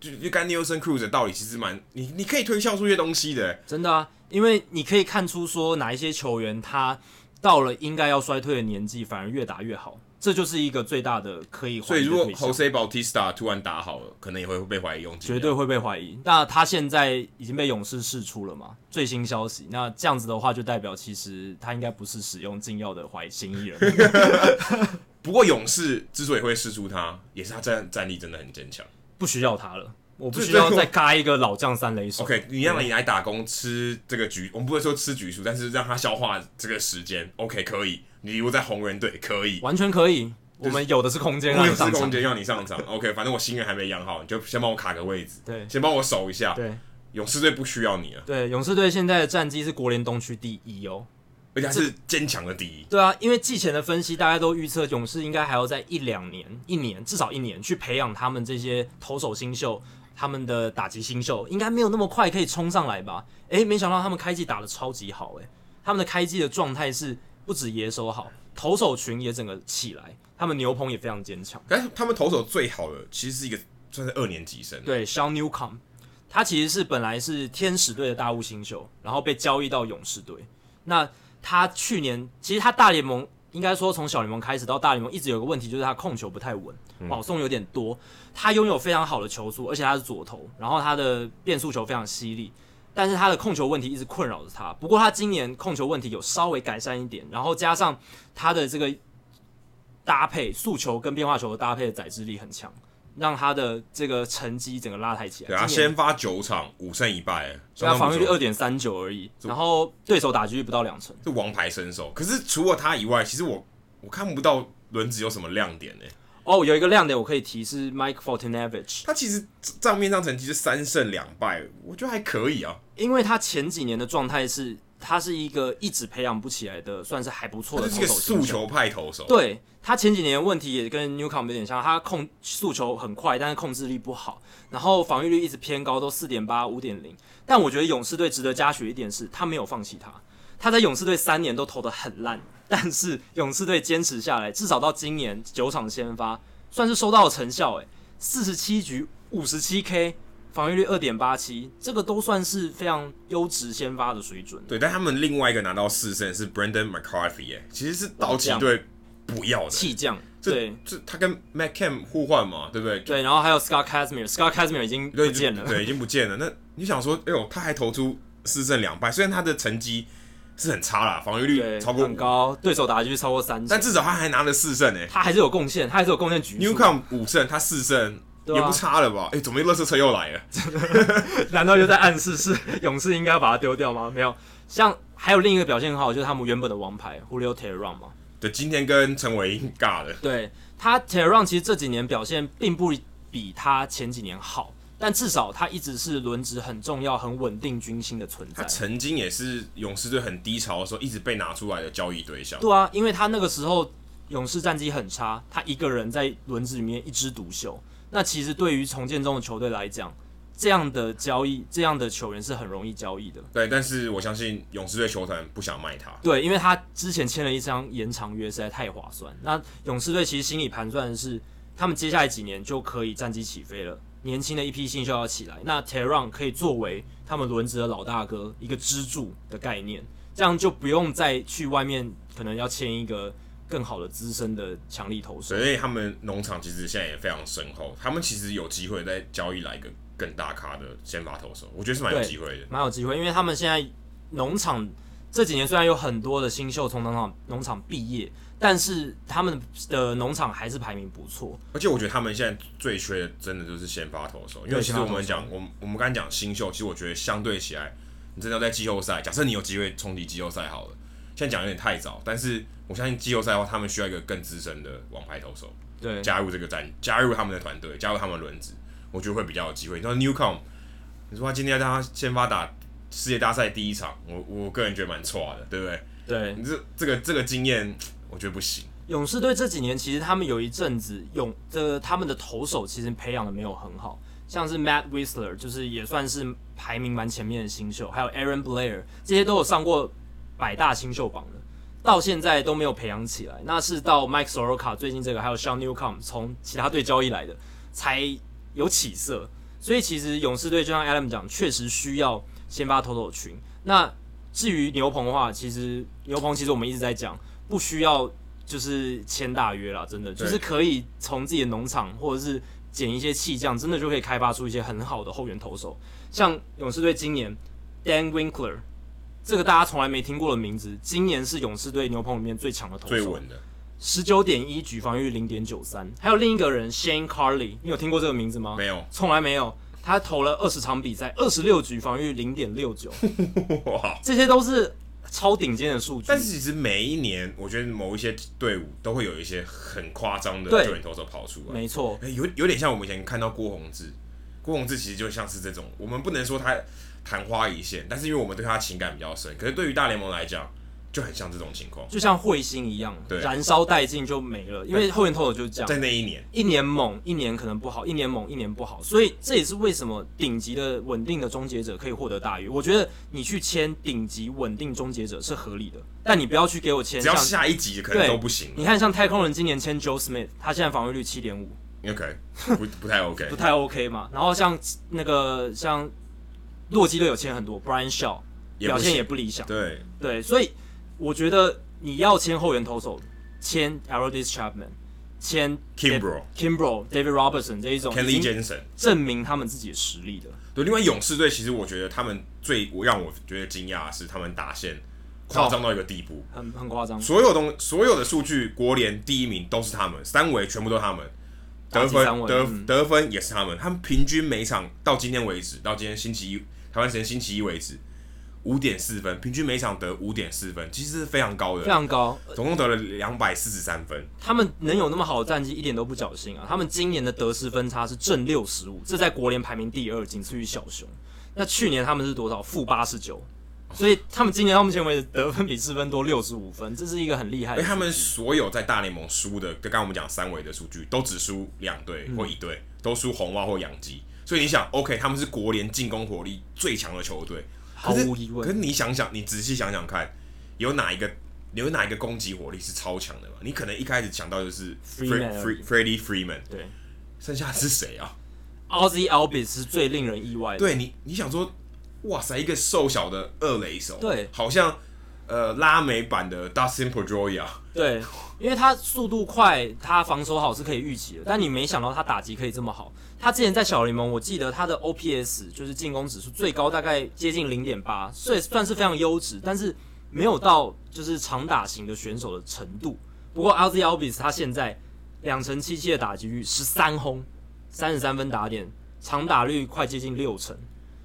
Speaker 1: 就就干 Nielsen Cruz 的道理其实蛮你你可以推敲出一些东西的、
Speaker 2: 真的啊，因为你可以看出说哪一些球员他到了应该要衰退的年纪，反而越打越好，这就是一个最大的可以怀疑
Speaker 1: 所以如果
Speaker 2: 的对象
Speaker 1: Jose Bautista 突然打好了，可能也会被怀疑用禁药
Speaker 2: 绝对会被怀疑。那他现在已经被勇士释出了嘛？最新消息，那这样子的话就代表其实他应该不是使用禁药的怀疑嫌疑人。
Speaker 1: 不过勇士之所以会试出他，也是他战战力真的很坚强。
Speaker 2: 不需要他了，我不
Speaker 1: 对
Speaker 2: 需要
Speaker 1: 对
Speaker 2: 再嘎一个老将三垒手。
Speaker 1: OK，你让你来打工吃这个橘，我们不会说吃橘树，但是让他消化这个时间，OK 可以。你留在红人队可以，
Speaker 2: 完全可以。我们有的是空间
Speaker 1: 我
Speaker 2: 让
Speaker 1: 有
Speaker 2: 你
Speaker 1: 四
Speaker 2: 上
Speaker 1: 公
Speaker 2: 场。
Speaker 1: 斤让你上场，OK，反正我新人还没养好，你就先帮我卡个位置，
Speaker 2: 对
Speaker 1: 先帮我守一下。
Speaker 2: 对
Speaker 1: 勇士队不需要你了，
Speaker 2: 对，勇士队现在的战绩是国联东区第一哦。
Speaker 1: 而且他是坚强的第一。
Speaker 2: 对啊，因为季前的分析，大家都预测勇士应该还要在一两年、一年至少一年去培养他们这些投手新秀、他们的打击新秀，应该没有那么快可以冲上来吧？诶，没想到他们开季打得超级好、诶，他们的开季的状态是不止野手好，投手群也整个起来，他们牛棚也非常坚强。
Speaker 1: 但是他们投手最好的其实是一个算是二年级生，
Speaker 2: 对，Sean Newcomb，他其实是本来是天使队的大物新秀，然后被交易到勇士队。那他去年其实他大联盟应该说从小联盟开始到大联盟，一直有个问题就是他控球不太稳，保送有点多。他拥有非常好的球速，而且他是左投，然后他的变速球非常犀利。但是他的控球问题一直困扰着他。不过他今年控球问题有稍微改善一点，然后加上他的这个搭配速球跟变化球的搭配的载制力很强，让他的这个成绩整个拉抬起来。
Speaker 1: 对啊，
Speaker 2: 今年
Speaker 1: 先发九场五胜一败，
Speaker 2: 对
Speaker 1: 相
Speaker 2: 他
Speaker 1: 当
Speaker 2: 防
Speaker 1: 不
Speaker 2: 御率
Speaker 1: 错
Speaker 2: 二点三九而已，然后对手打击率不到两成。
Speaker 1: 是王牌身手。可是除了他以外，其实我我看不到轮子有什么亮点呢、欸
Speaker 2: 哦，有一个亮点我可以提是 Mike Fortunavich，
Speaker 1: 他其实账面上成绩是三胜两败，我觉得还可以啊。
Speaker 2: 因为他前几年的状态是，他是一个一直培养不起来的，算是还不错
Speaker 1: 他
Speaker 2: 的
Speaker 1: 就是
Speaker 2: 投
Speaker 1: 一个
Speaker 2: 手
Speaker 1: 速
Speaker 2: 新秀。
Speaker 1: 球派投手，
Speaker 2: 对他前几年的问题也跟 Newcomb 有点像，他控速球很快，但是控制力不好，然后防御率一直偏高，都四点八、五点零。但我觉得勇士队值得嘉许一点是，他没有放弃他。他在勇士队三年都投得很烂，但是勇士队坚持下来，至少到今年九场先发，算是收到了成效、欸。诶，四十七局五十七 K，防御率二点八七，这个都算是非常优质先发的水准。
Speaker 1: 对但他们另外一个拿到四胜是 Brandon McCarthy，、欸、其实是道奇队不要的。
Speaker 2: 气将，
Speaker 1: 这
Speaker 2: 对
Speaker 1: 这他跟 Matt Cam 互换嘛，对不对？
Speaker 2: 对，然后还有 Scott Casimir，Scott Casimir 已经不
Speaker 1: 对，
Speaker 2: 见了。
Speaker 1: 对，已经不见了。那你想说，哎呦，他还投出四胜两败，虽然他的成绩是很差啦，防御率
Speaker 2: 对，
Speaker 1: 超过
Speaker 2: 很
Speaker 1: 五，
Speaker 2: 高，对手打击率超过三
Speaker 1: 但
Speaker 2: 成，
Speaker 1: 至少他还拿了四胜诶、
Speaker 2: 他还是有贡献，他还是有贡献局
Speaker 1: n e
Speaker 2: 数
Speaker 1: w。c o m 五胜，他四胜、
Speaker 2: 对啊
Speaker 1: 也不差了吧？哎，怎么乐色车又来了？
Speaker 2: 难道又在暗示是 勇士应该要把他丢掉吗？没有，像还有另一个表现很好，就是他们原本的王牌 Julio Teheran 嘛，
Speaker 1: 对，今天跟陈伟英尬了。
Speaker 2: 对他 Teheran 其实这几年表现并不比他前几年好，但至少他一直是轮值很重要、很稳定军心的存
Speaker 1: 他
Speaker 2: 在。
Speaker 1: 曾经也是勇士队很低潮的时候一直被拿出来的交易对象。
Speaker 2: 对啊，因为他那个时候勇士战绩很差，他一个人在轮子里面一枝独秀。那其实对于重建中的球队来讲，这样的交易、这样的球员是很容易交易的。
Speaker 1: 对，但是我相信勇士队球团不想卖他。
Speaker 2: 对，因为他之前签了一张延长约，实在太划算。那勇士队其实心里盘算的是，他们接下来几年就可以战绩起飞了，年轻的一批新秀要起来，那 Teron 可以作为他们轮值的老大哥，一个支柱的概念，这样就不用再去外面可能要签一个更好的资深的强力投手
Speaker 1: 所。以他们农场其实现在也非常深厚，他们其实有机会再交易来一个更大咖的先发投手，我觉得是蛮有
Speaker 2: 对
Speaker 1: 机会的。
Speaker 2: 蛮有机会，因为他们现在农场这几年虽然有很多的新秀从农场农场毕业，但是他们的农场还是排名不错。
Speaker 1: 而且我觉得他们现在最缺的，真的就是先发投手。因为
Speaker 2: 对
Speaker 1: 其
Speaker 2: 先
Speaker 1: 实
Speaker 2: 发
Speaker 1: 我
Speaker 2: 投手
Speaker 1: 们讲，我们我们刚才讲新秀，其实我觉得相对起来，你真的要在季后赛，假设你有机会冲击季后赛好了，现在讲有点太早，但是我相信季后赛的话，他们需要一个更资深的王牌投手
Speaker 2: 对，
Speaker 1: 加入这个战，加入他们的团队，加入他们的轮子，我觉得会比较有机会。你说 Newcom，你说他今天他先发打世界大赛第一场，我我个人觉得蛮差的，对不对？
Speaker 2: 对，
Speaker 1: 你这这个这个经验，我觉得不行。
Speaker 2: 勇士队这几年其实他们有一阵子勇的他们的投手其实培养的没有很好，像是 Matt Whistler 就是也算是排名蛮前面的新秀，还有 Aaron Blair 这些都有上过百大新秀榜的，到现在都没有培养起来。那是到 Mike Soroka 最近这个还有 Sean Newcomb 从其他队交易来的才有起色。所以其实勇士队就像 Adam 讲，确实需要先发投手群。那至于牛棚的话，其实牛棚其实我们一直在讲，不需要就是签大约啦，真的
Speaker 1: 对
Speaker 2: 就是可以从自己的农场或者是捡一些气匠，真的就可以开发出一些很好的后援投手。像勇士队今年 Dan Winkler 这个大家从来没听过的名字，今年是勇士队牛棚里面最强的投
Speaker 1: 最
Speaker 2: 手，
Speaker 1: 稳的，
Speaker 2: 十九点一局防御零点九三。还有另一个人 Shane Carley，你有听过这个名字吗？
Speaker 1: 没有
Speaker 2: 从来没有。他投了二十场比赛，二十六局防御零点六九，
Speaker 1: 哇。
Speaker 2: 这些都是超顶尖的数据。
Speaker 1: 但是其实每一年，我觉得某一些队伍都会有一些很夸张的
Speaker 2: 对
Speaker 1: 救援投手跑出来，哎
Speaker 2: 没错，
Speaker 1: 诶有有点像我们以前看到郭宏志，郭宏志其实就像是这种，我们不能说他昙花一现，但是因为我们对他情感比较深，可是对于大联盟来讲，就很像这种情况，
Speaker 2: 就像彗星一样
Speaker 1: 对，
Speaker 2: 燃烧殆尽就没了。因为后援投手就是这样，
Speaker 1: 在那一年，
Speaker 2: 一年猛，一年可能不好，一年猛，一年不好，所以这也是为什么顶级的稳定的终结者可以获得大约。我觉得你去签顶级稳定终结者是合理的，但你不要去给我签
Speaker 1: 只要
Speaker 2: 像
Speaker 1: 下一集可能
Speaker 2: 对
Speaker 1: 都不行
Speaker 2: 你看像太空人今年签 Joe Smith，他现在防御率七点五，
Speaker 1: 了，OK，不不太 OK，
Speaker 2: 不太 OK 嘛。然后像那个像洛基队有签很多 Brian Shaw，
Speaker 1: 也
Speaker 2: 表
Speaker 1: 不
Speaker 2: 现也
Speaker 1: 行，
Speaker 2: 不理想，
Speaker 1: 对，
Speaker 2: 对，所以我觉得你要签后援投手，签 a r o d i s Chapman，签
Speaker 1: Kimbrel
Speaker 2: Kimbrel、David Robertson 这一种
Speaker 1: Kenley
Speaker 2: 哦已经
Speaker 1: Jensen。
Speaker 2: 证明他们自己的实力的。
Speaker 1: 对，另外勇士队其实我觉得他们最我让我觉得惊讶的是，他们打线
Speaker 2: 哦
Speaker 1: 夸张到一个地步，
Speaker 2: 很很夸张，
Speaker 1: 所有东所有的数据，国联第一名都是他们，三围全部都是他们，
Speaker 2: 打
Speaker 1: 得
Speaker 2: 击三
Speaker 1: 分
Speaker 2: 围
Speaker 1: 得
Speaker 2: 嗯
Speaker 1: 得分也是他们，他们平均每场到今天为止，到今天星期一台湾时间星期一为止，五点四分，平均每场得五点四分，其实是非常高
Speaker 2: 非
Speaker 1: 的，
Speaker 2: 常高。
Speaker 1: 总共得了两百四十三分，
Speaker 2: 他们能有那么好的战绩，一点都不侥幸啊！他们今年的得失分差是正六十五，这在国联排名第二，仅次于小熊。那去年他们是多少？负八十九。所以他们今年到目前为止得分比失分多六十五分，这是一个很厉害
Speaker 1: 而
Speaker 2: 的数
Speaker 1: 且
Speaker 2: 据。
Speaker 1: 哎他们所有在大联盟输的，刚刚我们讲三围的数据，都只输两队或一队，都输红袜或洋基。所以你想，OK，他们是国联进攻火力最强的球队，
Speaker 2: 毫
Speaker 1: 可是
Speaker 2: 无疑问
Speaker 1: 可是你想想，你仔细想想看，有哪一个有哪一个攻击火力是超强的嘛？你可能一开始想到就是
Speaker 2: Freeman
Speaker 1: Fre- Fre- Freddie Freeman，
Speaker 2: 对
Speaker 1: 剩下是谁啊？
Speaker 2: ，Ozzy Albis 是最令人意外的。
Speaker 1: 对你，你想说，哇塞，一个瘦小的二垒手，
Speaker 2: 对
Speaker 1: 好像呃拉美版的 Dustin Pedroia，
Speaker 2: 对，因为他速度快，他防守好是可以预期的，但你没想到他打击可以这么好。他之前在小联盟，我记得他的 OPS 就是进攻指数最高，大概接近零点八，所以算是非常优质，但是没有到就是长打型的选手的程度。不过 LZ Albis 他现在两成七七的打击率，十三轰，三十三分打点，长打率快接近六成，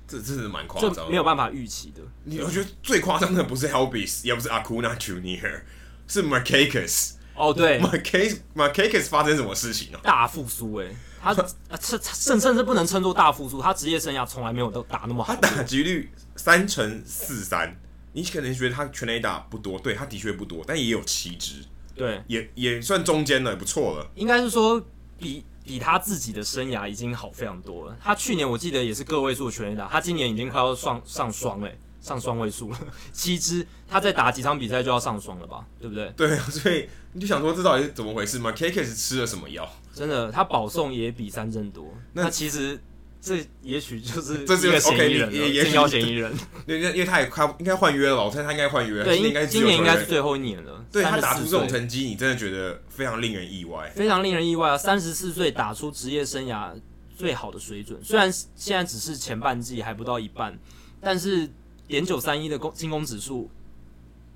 Speaker 1: 这真的蛮夸
Speaker 2: 这
Speaker 1: 张的，
Speaker 2: 没有办法预期的。
Speaker 1: 你我觉得最夸张的不是 Helbis，也不是 Acuna Junior，是 Marcakis。
Speaker 2: 哦，对，
Speaker 1: 马 K 马 K K 发生什么事情呢、
Speaker 2: 大复苏哎， 他啊这这甚甚至不能称作大复苏，他职业生涯从来没有都打那么
Speaker 1: 他啊
Speaker 2: 好。
Speaker 1: 打击率三乘四三，你可能觉得他全垒打不多，对他的确不多，但也有七支，
Speaker 2: 对，
Speaker 1: 也也算中间了，不错了。
Speaker 2: 应该是说比比他自己的生涯已经好非常多了。他去年我记得也是个位数全垒打，他今年已经快要上上双嘞，上双位数了， 七支，他再打几场比赛就要上双了吧，对不对？
Speaker 1: 对，啊所以你就想说这到底是怎么回事吗？K K 是吃了什么药？
Speaker 2: 真的，他保送也比三振多。
Speaker 1: 那
Speaker 2: 那其实这也许就是
Speaker 1: 这是
Speaker 2: 一个
Speaker 1: OK，
Speaker 2: 嫌疑人
Speaker 1: 也也
Speaker 2: 了，
Speaker 1: 许
Speaker 2: 禁药嫌疑人。
Speaker 1: 因为因为他也快应该换约了吧，我猜他应该换约了，
Speaker 2: 对，
Speaker 1: 今年应该
Speaker 2: 因
Speaker 1: 只
Speaker 2: 今
Speaker 1: 有
Speaker 2: 年应该
Speaker 1: 球
Speaker 2: 是
Speaker 1: 员
Speaker 2: 最后一年了。
Speaker 1: 对他
Speaker 2: 34
Speaker 1: 打出这种
Speaker 2: 岁
Speaker 1: 成绩，你真的觉得非常令人意外。
Speaker 2: 非常令人意外啊！三十四岁打出职业生涯最好的水准，虽然现在只是前半季还不到一半，但是点九三一的攻进攻指数，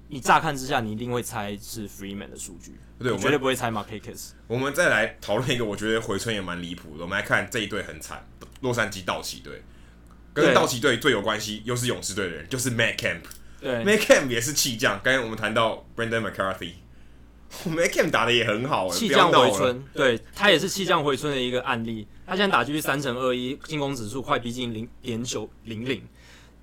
Speaker 2: 你乍看之下你一定会猜是 Freeman 的数据，
Speaker 1: 对，我
Speaker 2: 你绝对
Speaker 1: 们
Speaker 2: 不会猜 Marquez。
Speaker 1: 我们再来讨论一个，我觉得回春也蛮离谱的。我们来看这一队很惨，洛杉矶道奇队。跟
Speaker 2: 对
Speaker 1: 道奇队最有关系，又是勇士队的人，就是 Matt Camp。
Speaker 2: 对，
Speaker 1: Matt Camp 也是弃将，刚才我们谈到 Brandon McCarthy，Matt Camp 打的也很好、欸，
Speaker 2: 弃
Speaker 1: 不要
Speaker 2: 将回
Speaker 1: 闹了。
Speaker 2: 春，对他也是弃将回春的一个案例。他现在打击率三乘二一，进攻指数快逼近零点九零零。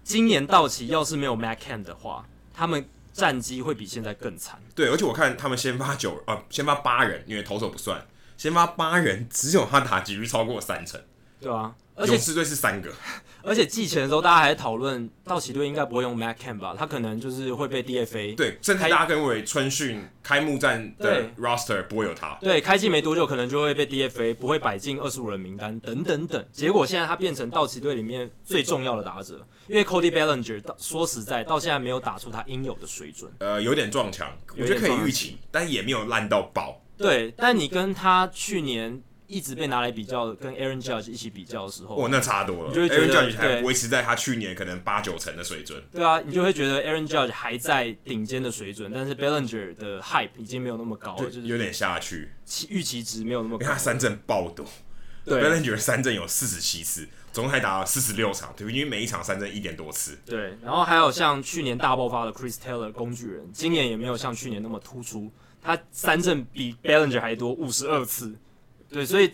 Speaker 2: 今年道奇要是没有 Mac Cam 的话，他们战绩会比现在更惨。
Speaker 1: 对，而且我看他们先发九啊、先发八人，因为投手不算，先发八人只有他打击率超过三成，
Speaker 2: 对啊，而且
Speaker 1: 勇士队是三个。
Speaker 2: 而且季前的时候，大家还讨论道奇队应该不会用 Mac Cam 吧？他可能就是会被 DFA。
Speaker 1: 对，甚至
Speaker 2: 开
Speaker 1: 大家跟我为春训开幕战的
Speaker 2: 对
Speaker 1: roster 不会有他。
Speaker 2: 对，开季没多久，可能就会被 DFA，不会摆进二十五人名单等等等。结果现在他变成道奇队里面最重要的打者，因为 Cody Bellinger 到说实在到现在没有打出他应有的水准。
Speaker 1: 呃，有点撞墙，我
Speaker 2: 有
Speaker 1: 觉得
Speaker 2: 点
Speaker 1: 可以
Speaker 2: 撞
Speaker 1: 预
Speaker 2: 墙
Speaker 1: 期，但也没有烂到爆。
Speaker 2: 对，但你跟他去年一直被拿来比较，跟 Aaron Judge 一起比较的时候，
Speaker 1: 哇，那差多了。
Speaker 2: 哦你就会觉
Speaker 1: Aaron
Speaker 2: 得
Speaker 1: Judge 还
Speaker 2: 对
Speaker 1: 维持在他去年可能八九成的水准。
Speaker 2: 对啊，你就会觉得 Aaron Judge 还在顶尖的水准，但是 Bellinger 的 hype 已经没有那么高了，
Speaker 1: 对，
Speaker 2: 哦就是
Speaker 1: 有点下去，
Speaker 2: 期预期值没有那么
Speaker 1: 因为
Speaker 2: 高
Speaker 1: 他。三振爆多。b
Speaker 2: 对
Speaker 1: e l l i n g e r 三振有四十七次，总共还打了四十六场，平均每一场三振一点多次。
Speaker 2: 对，然后还有像去年大爆发的 Chris Taylor 工具人，今年也没有像去年那么突出，他三振比 Bellinger 还多五十二次，对，所以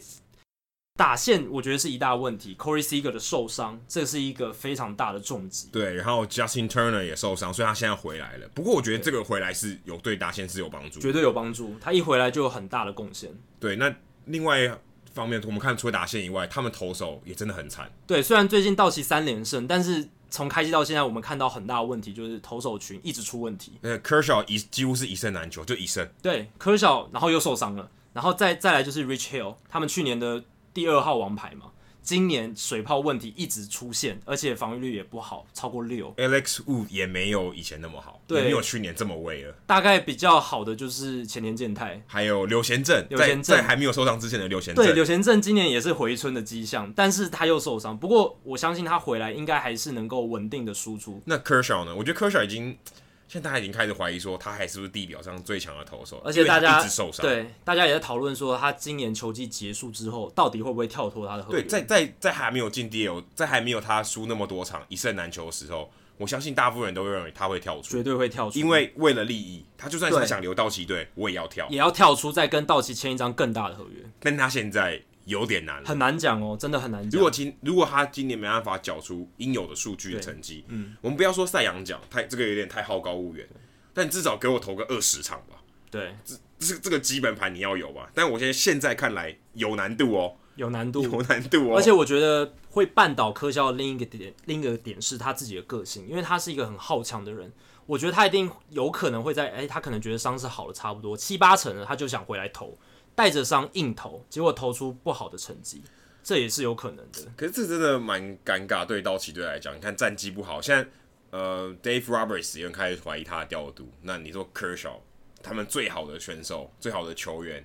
Speaker 2: 打线我觉得是一大问题。Corey Seager 的受伤，这是一个非常大的重击。
Speaker 1: 对，然后 Justin Turner 也受伤，所以他现在回来了。不过我觉得这个回来是有对打线是有帮助的。
Speaker 2: 绝对有帮助，他一回来就有很大的贡献。
Speaker 1: 对，那另外一方面，我们看除了打线以外，他们投手也真的很惨。
Speaker 2: 对，虽然最近道奇三连胜，但是从开季到现在，我们看到很大的问题就是投手群一直出问题。
Speaker 1: 那 Kershaw 一几乎是一胜难求，就一胜。
Speaker 2: 对，科小，然后又受伤了，然后再再来就是 Rich Hill，他们去年的第二号王牌嘛，今年水泡问题一直出现，而且防御率也不好，超过六。
Speaker 1: Alex Wood 也没有以前那么好，
Speaker 2: 对
Speaker 1: 也没有去年这么威了。
Speaker 2: 大概比较好的就是前田健太，
Speaker 1: 还有刘贤正，
Speaker 2: 刘贤正
Speaker 1: 在在还没有受伤之前的刘贤
Speaker 2: 对，
Speaker 1: 正，
Speaker 2: 柳贤正今年也是回春的迹象，但是他又受伤。不过我相信他回来应该还是能够稳定的输出，
Speaker 1: 那 Kershaw 呢？我觉得 Kershaw 已经现在大家已经开始怀疑说他还是不是地表上最强的投手，
Speaker 2: 而且大
Speaker 1: 因为
Speaker 2: 家
Speaker 1: 他一直受伤。
Speaker 2: 对大家也在讨论说他今年球季结束之后到底会不会跳脱他的合
Speaker 1: 对，
Speaker 2: 约
Speaker 1: 在在在还没有进 DL，在还没有他输那么多场一胜难求的时候，我相信大部分人都会认为他会跳出
Speaker 2: 绝，对会跳出，
Speaker 1: 因为为了利益，他就算是
Speaker 2: 对
Speaker 1: 想留道奇队，我也要跳。
Speaker 2: 也要跳出再跟道奇签一张更大的合约。
Speaker 1: 但他现在有点难了。
Speaker 2: 很难讲哦，真的很难讲。
Speaker 1: 如果今如果他今年没办法缴出应有的数据的成绩，嗯，我们不要说赛扬奖，太这个有点太好高骛远，但至少给我投个二十场吧，
Speaker 2: 对
Speaker 1: 这这个基本盘你要有吧。但我现在现在看来有难度哦，
Speaker 2: 有难度，
Speaker 1: 有难度哦，
Speaker 2: 而且我觉得会绊倒科肖的另一个点，另一个点是他自己的个性，因为他是一个很好强的人。我觉得他一定有可能会在，哎、他可能觉得伤势好了差不多七八成了，他就想回来投，带着伤硬投，结果投出不好的成绩，这也是有可能的。
Speaker 1: 可是这真的蛮尴尬，对道奇队来讲，你看战绩不好，现在呃，Dave Roberts 也开始怀疑他的调度。那你说 Kershaw，他们最好的选手、最好的球员，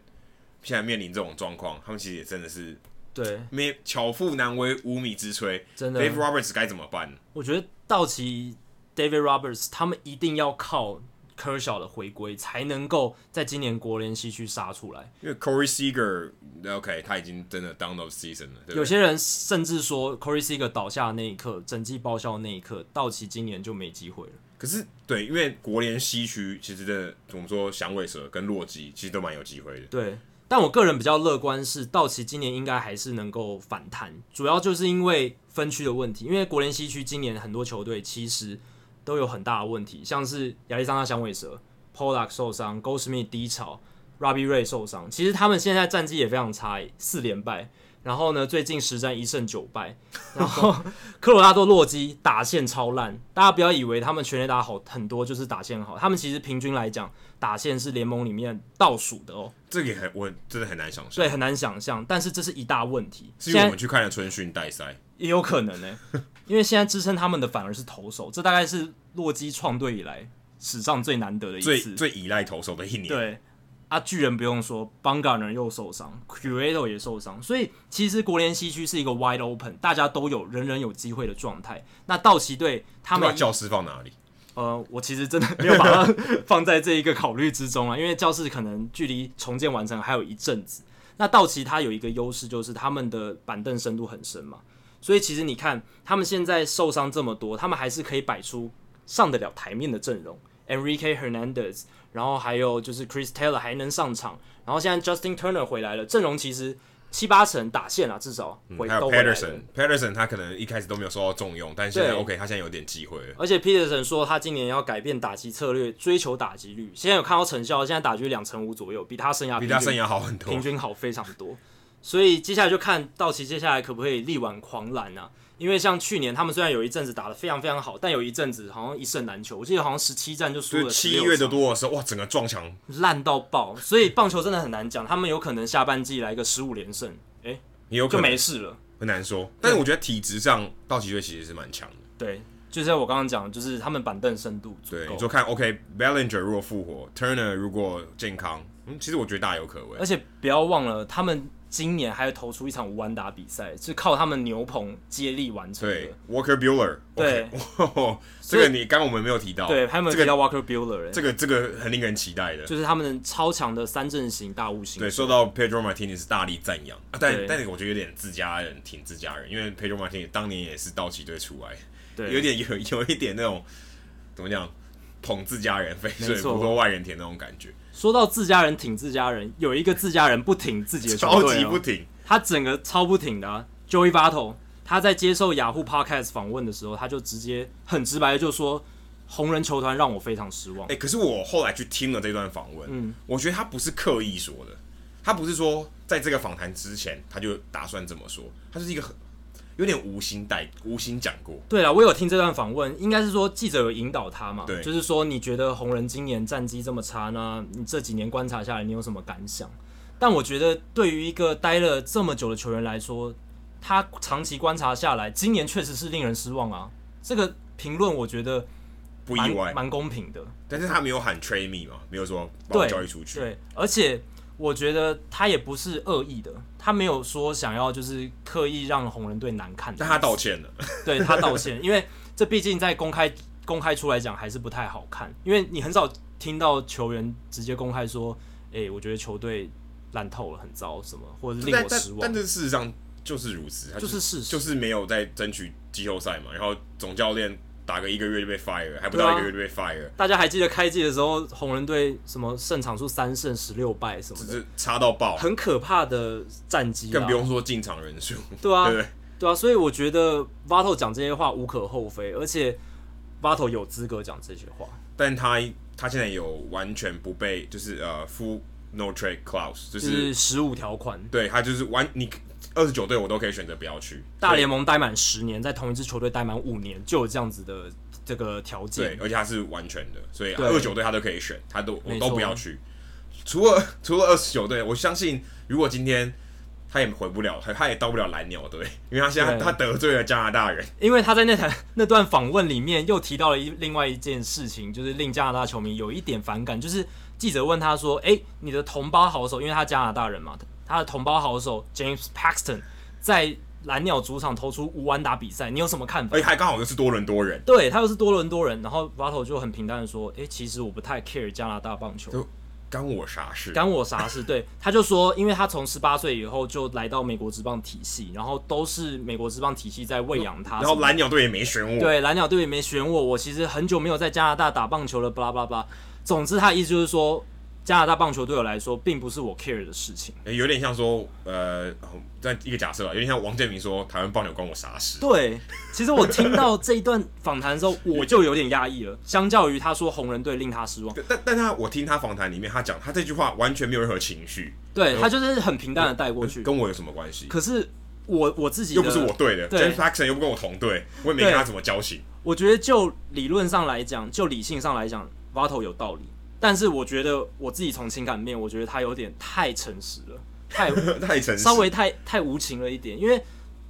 Speaker 1: 现在面临这种状况，他们其实也真的是
Speaker 2: 对，
Speaker 1: 没巧妇难为无米之炊。
Speaker 2: 真的
Speaker 1: Dave Roberts 该怎么办？
Speaker 2: 我觉得道奇 David Roberts 他们一定要靠科肖的回归，才能够在今年国联西区杀出来。
Speaker 1: 因为 Corey Seager，OK，、他已经真的 down of season 了，对不
Speaker 2: 有
Speaker 1: 对？
Speaker 2: 些人甚至说 Corey Seager 倒下的那一刻，整季报销的那一刻，道奇今年就没机会了。
Speaker 1: 可可是对，因为国联西区其实真的怎么说，响尾蛇跟洛基其实都蛮有机会的。
Speaker 2: 对，但我个人比较乐观是，道奇今年应该还是能够反弹，主要就是因为分区的问题。因为国联西区今年很多球队其实都有很大的问题，像是亚利桑那响尾蛇、Pollock 受伤、g o s m i t h 低潮、Robbie Ray 受伤，其实他们现在战绩也非常差，四连败。然后呢，最近实战一胜九败，然后科罗拉多洛基打线超烂，大家不要以为他们全垒打好很多就是打线好，他们其实平均来讲打线是联盟里面倒数的哦，
Speaker 1: 这个也很我真的很难想象，
Speaker 2: 对，很难想象，但是这是一大问题。
Speaker 1: 是因为我们
Speaker 2: 现在
Speaker 1: 去看了春训代赛，
Speaker 2: 也有可能呢、因为现在支撑他们的反而是投手，这大概是洛基创队以来史上最难得的一
Speaker 1: 最
Speaker 2: 次。
Speaker 1: 最依赖投手的一年。
Speaker 2: 对啊，巨人不用说 b a n g a r n e r 又受伤 c u r a t o 也受伤，所以其实国联西区是一个 wide open，大家都有人人有机会的状态。那道奇队他
Speaker 1: 他把
Speaker 2: 们
Speaker 1: 教师放哪里？
Speaker 2: 呃，我其实真的没有把它放在这一个考虑之中啊，因 为教室可能距离重建完成还有一阵子。那道奇它有一个优势，就是他们的板凳深度很深嘛，所以其实你看他们现在受伤这么多，他们还是可以摆出上得了台面的阵容，Enrique Hernandez，然后还有就是 Chris Taylor 还能上场，然后现在 Justin Turner 回来了，阵容其实七八成打线啊，至少回、
Speaker 1: 嗯还有
Speaker 2: 都回来了
Speaker 1: Patterson，Patterson 他可能一开始都没有受到重用，但现在
Speaker 2: 对
Speaker 1: OK，他现在有点机会了。
Speaker 2: 而且 Peterson 说他今年要改变打击策略，追求打击率。现在有看到成效，现在打击率两成五左右，比他生涯
Speaker 1: 比
Speaker 2: 平均
Speaker 1: 他生涯好很
Speaker 2: 平
Speaker 1: 多，
Speaker 2: 均好非常多。所以接下来就看道奇接下来可不可以力挽狂澜啊？因为像去年他们虽然有一阵子打得非常非常好，但有一阵子好像一胜难求，我记得好像十七战就输
Speaker 1: 就是
Speaker 2: 了
Speaker 1: 七
Speaker 2: 16
Speaker 1: 月的
Speaker 2: 场
Speaker 1: 多的时候，哇，整个撞墙，
Speaker 2: 烂到爆。所以棒球真的很难讲，他们有可能下半季来个十五连胜，诶、
Speaker 1: 也有
Speaker 2: 就
Speaker 1: 可能
Speaker 2: 没事了。
Speaker 1: 很难说。但是我觉得体质上，道奇队其实是蛮强的。
Speaker 2: 对，就像我刚刚讲的，就是他们板凳深度足
Speaker 1: 对，
Speaker 2: 够
Speaker 1: 你。说看 OK，Bellinger 如果复活，Turner 如果健康，嗯，其实我觉得大有可为
Speaker 2: 而。且不要忘了，他们今年还有投出一场无安打比赛，是靠他们牛棚接力完成的
Speaker 1: 对。，Walker Bueller，
Speaker 2: 对
Speaker 1: OK，这
Speaker 2: 所以
Speaker 1: 个你刚刚我们没有提到，
Speaker 2: 对，他们
Speaker 1: 这个
Speaker 2: 提到 Walker Bueller，、
Speaker 1: 这个这个很令人期待的。
Speaker 2: 就是他们超强的三阵型大物型。
Speaker 1: 对，受到 Pedro Martinez 大力赞扬，啊、但
Speaker 2: 对
Speaker 1: 但我觉得有点自家人，挺自家人，因为 Pedro Martinez 当年也是道奇队出来，
Speaker 2: 对，
Speaker 1: 有点有有一点那种怎么讲，捧自家人沸
Speaker 2: 没
Speaker 1: 水
Speaker 2: 错
Speaker 1: 不过外人田那种感觉，
Speaker 2: 说到自家人挺自家人，有一个自家人不挺自己的球
Speaker 1: 超
Speaker 2: 队、
Speaker 1: 级
Speaker 2: 哦，
Speaker 1: 不挺。
Speaker 2: 他整个超不挺的、啊。Joey Votto，他在接受雅虎 Podcast 访问的时候，他就直接很直白的就说，红人球团让我非常失望
Speaker 1: 哎、。可是我后来去听了这段访问，
Speaker 2: 嗯
Speaker 1: 我觉得他不是刻意说的，他不是说在这个访谈之前他就打算这么说，他就是一个很有点无心带无心讲过，
Speaker 2: 对了，我有听这段访问，应该是说记者有引导他嘛，
Speaker 1: 对
Speaker 2: 就是说你觉得红人今年战绩这么差呢？你这几年观察下来，你有什么感想？但我觉得对于一个待了这么久的球员来说，他长期观察下来，今年确实是令人失望啊。这个评论我觉得
Speaker 1: 不
Speaker 2: 蛮
Speaker 1: 意外，
Speaker 2: 蛮公平的。
Speaker 1: 但是他没有喊 trade me 嘛，没有说把我
Speaker 2: 对
Speaker 1: 交易出去，
Speaker 2: 对，而且我觉得他也不是恶意的，他没有说想要就是刻意让红人队难看的意思。
Speaker 1: 但他道歉了。
Speaker 2: 对他道歉，因为这毕竟在公开公开出来讲还是不太好看，因为你很少听到球员直接公开说，哎、我觉得球队烂透了，很糟什么，或者是令
Speaker 1: 但
Speaker 2: 我
Speaker 1: 但
Speaker 2: 失
Speaker 1: 但
Speaker 2: 望，
Speaker 1: 这事实上就是如此，他
Speaker 2: 就是事实。
Speaker 1: 就是没有在争取季后赛嘛，然后总教练打个一个月就被 fire，还不
Speaker 2: 啊
Speaker 1: 到一个月就被 fire，、
Speaker 2: 大家还记得开季的时候，红人队什么胜场数三胜十六败什么
Speaker 1: 只
Speaker 2: 的，
Speaker 1: 是差到爆，
Speaker 2: 很可怕的战绩、啊，
Speaker 1: 更不用说进场人数，
Speaker 2: 对啊，
Speaker 1: 对不对？
Speaker 2: 对啊，所以我觉得 Vato 讲这些话无可厚非，而且 Vato 有资格讲这些话。
Speaker 1: 但他他现在有完全不被就是呃 full no trade clause，就、
Speaker 2: 就是是十五条款，
Speaker 1: 对他就是完你二十九队我都可以选择不要去
Speaker 2: 大
Speaker 1: 对
Speaker 2: 联盟待满十年，在同一支球队待满五年，就有这样子的这个条
Speaker 1: 对，
Speaker 2: 件。
Speaker 1: 而且他是完全的，所以
Speaker 2: 对
Speaker 1: 二十九队他都可以选，他都我
Speaker 2: 没
Speaker 1: 都
Speaker 2: 错
Speaker 1: 不要去。除了除了二十九队，我相信如果今天他也回不了，他他也到不了蓝鸟队，因为他现在
Speaker 2: 对
Speaker 1: 他得罪了加拿大人，
Speaker 2: 因为他在那台 那段访问里面又提到了一另外一件事情，就是令加拿大球迷有一点反感，就是记者问他说：“诶，你的同胞好手，因为他加拿大人嘛，他的同胞好手 James Paxton 在蓝鸟主场投出无安打比赛，你有什么看法
Speaker 1: 而且？”他刚好又是多伦多人，
Speaker 2: 对他又是多伦多人，然后 Vato 就很平淡的说：“诶，其实我不太 care 加拿大棒球
Speaker 1: 就，干我啥事？
Speaker 2: 干我啥事？对，他就说，因为他从十八岁以后就来到美国职棒体系，然后都是美国职棒体系在喂养他。
Speaker 1: 然后蓝鸟队也没选我，
Speaker 2: 对蓝鸟队也没选我，我其实很久没有在加拿大打棒球了，巴拉巴拉巴拉。总之，他的意思就是说，加拿大棒球对我来说，并不是我 care 的事 情。
Speaker 1: 诶有点像说，呃，在一个假设啊，有点像王建民说台湾棒球关我啥事？
Speaker 2: 对，其实我听到这一段访谈的时候，我就有点压抑了。相较于他说红人队令他失望，
Speaker 1: 但但但他我听他访谈里面他讲他这句话完全没有任何情绪，
Speaker 2: 对他就是很平淡的带过去。
Speaker 1: 跟我有什么关系？
Speaker 2: 可是我我自己
Speaker 1: 又不是我
Speaker 2: 的，
Speaker 1: 队的
Speaker 2: 对
Speaker 1: ，James Paxton 又不跟我同队，我也没
Speaker 2: 对
Speaker 1: 跟他怎么交情。
Speaker 2: 我觉得就理论上来讲，就理性上来讲，Vato 有道理。但是我觉得我自己从情感面，我觉得他有点太诚实了，太
Speaker 1: 太诚实，
Speaker 2: 稍微太太无情了一点，因为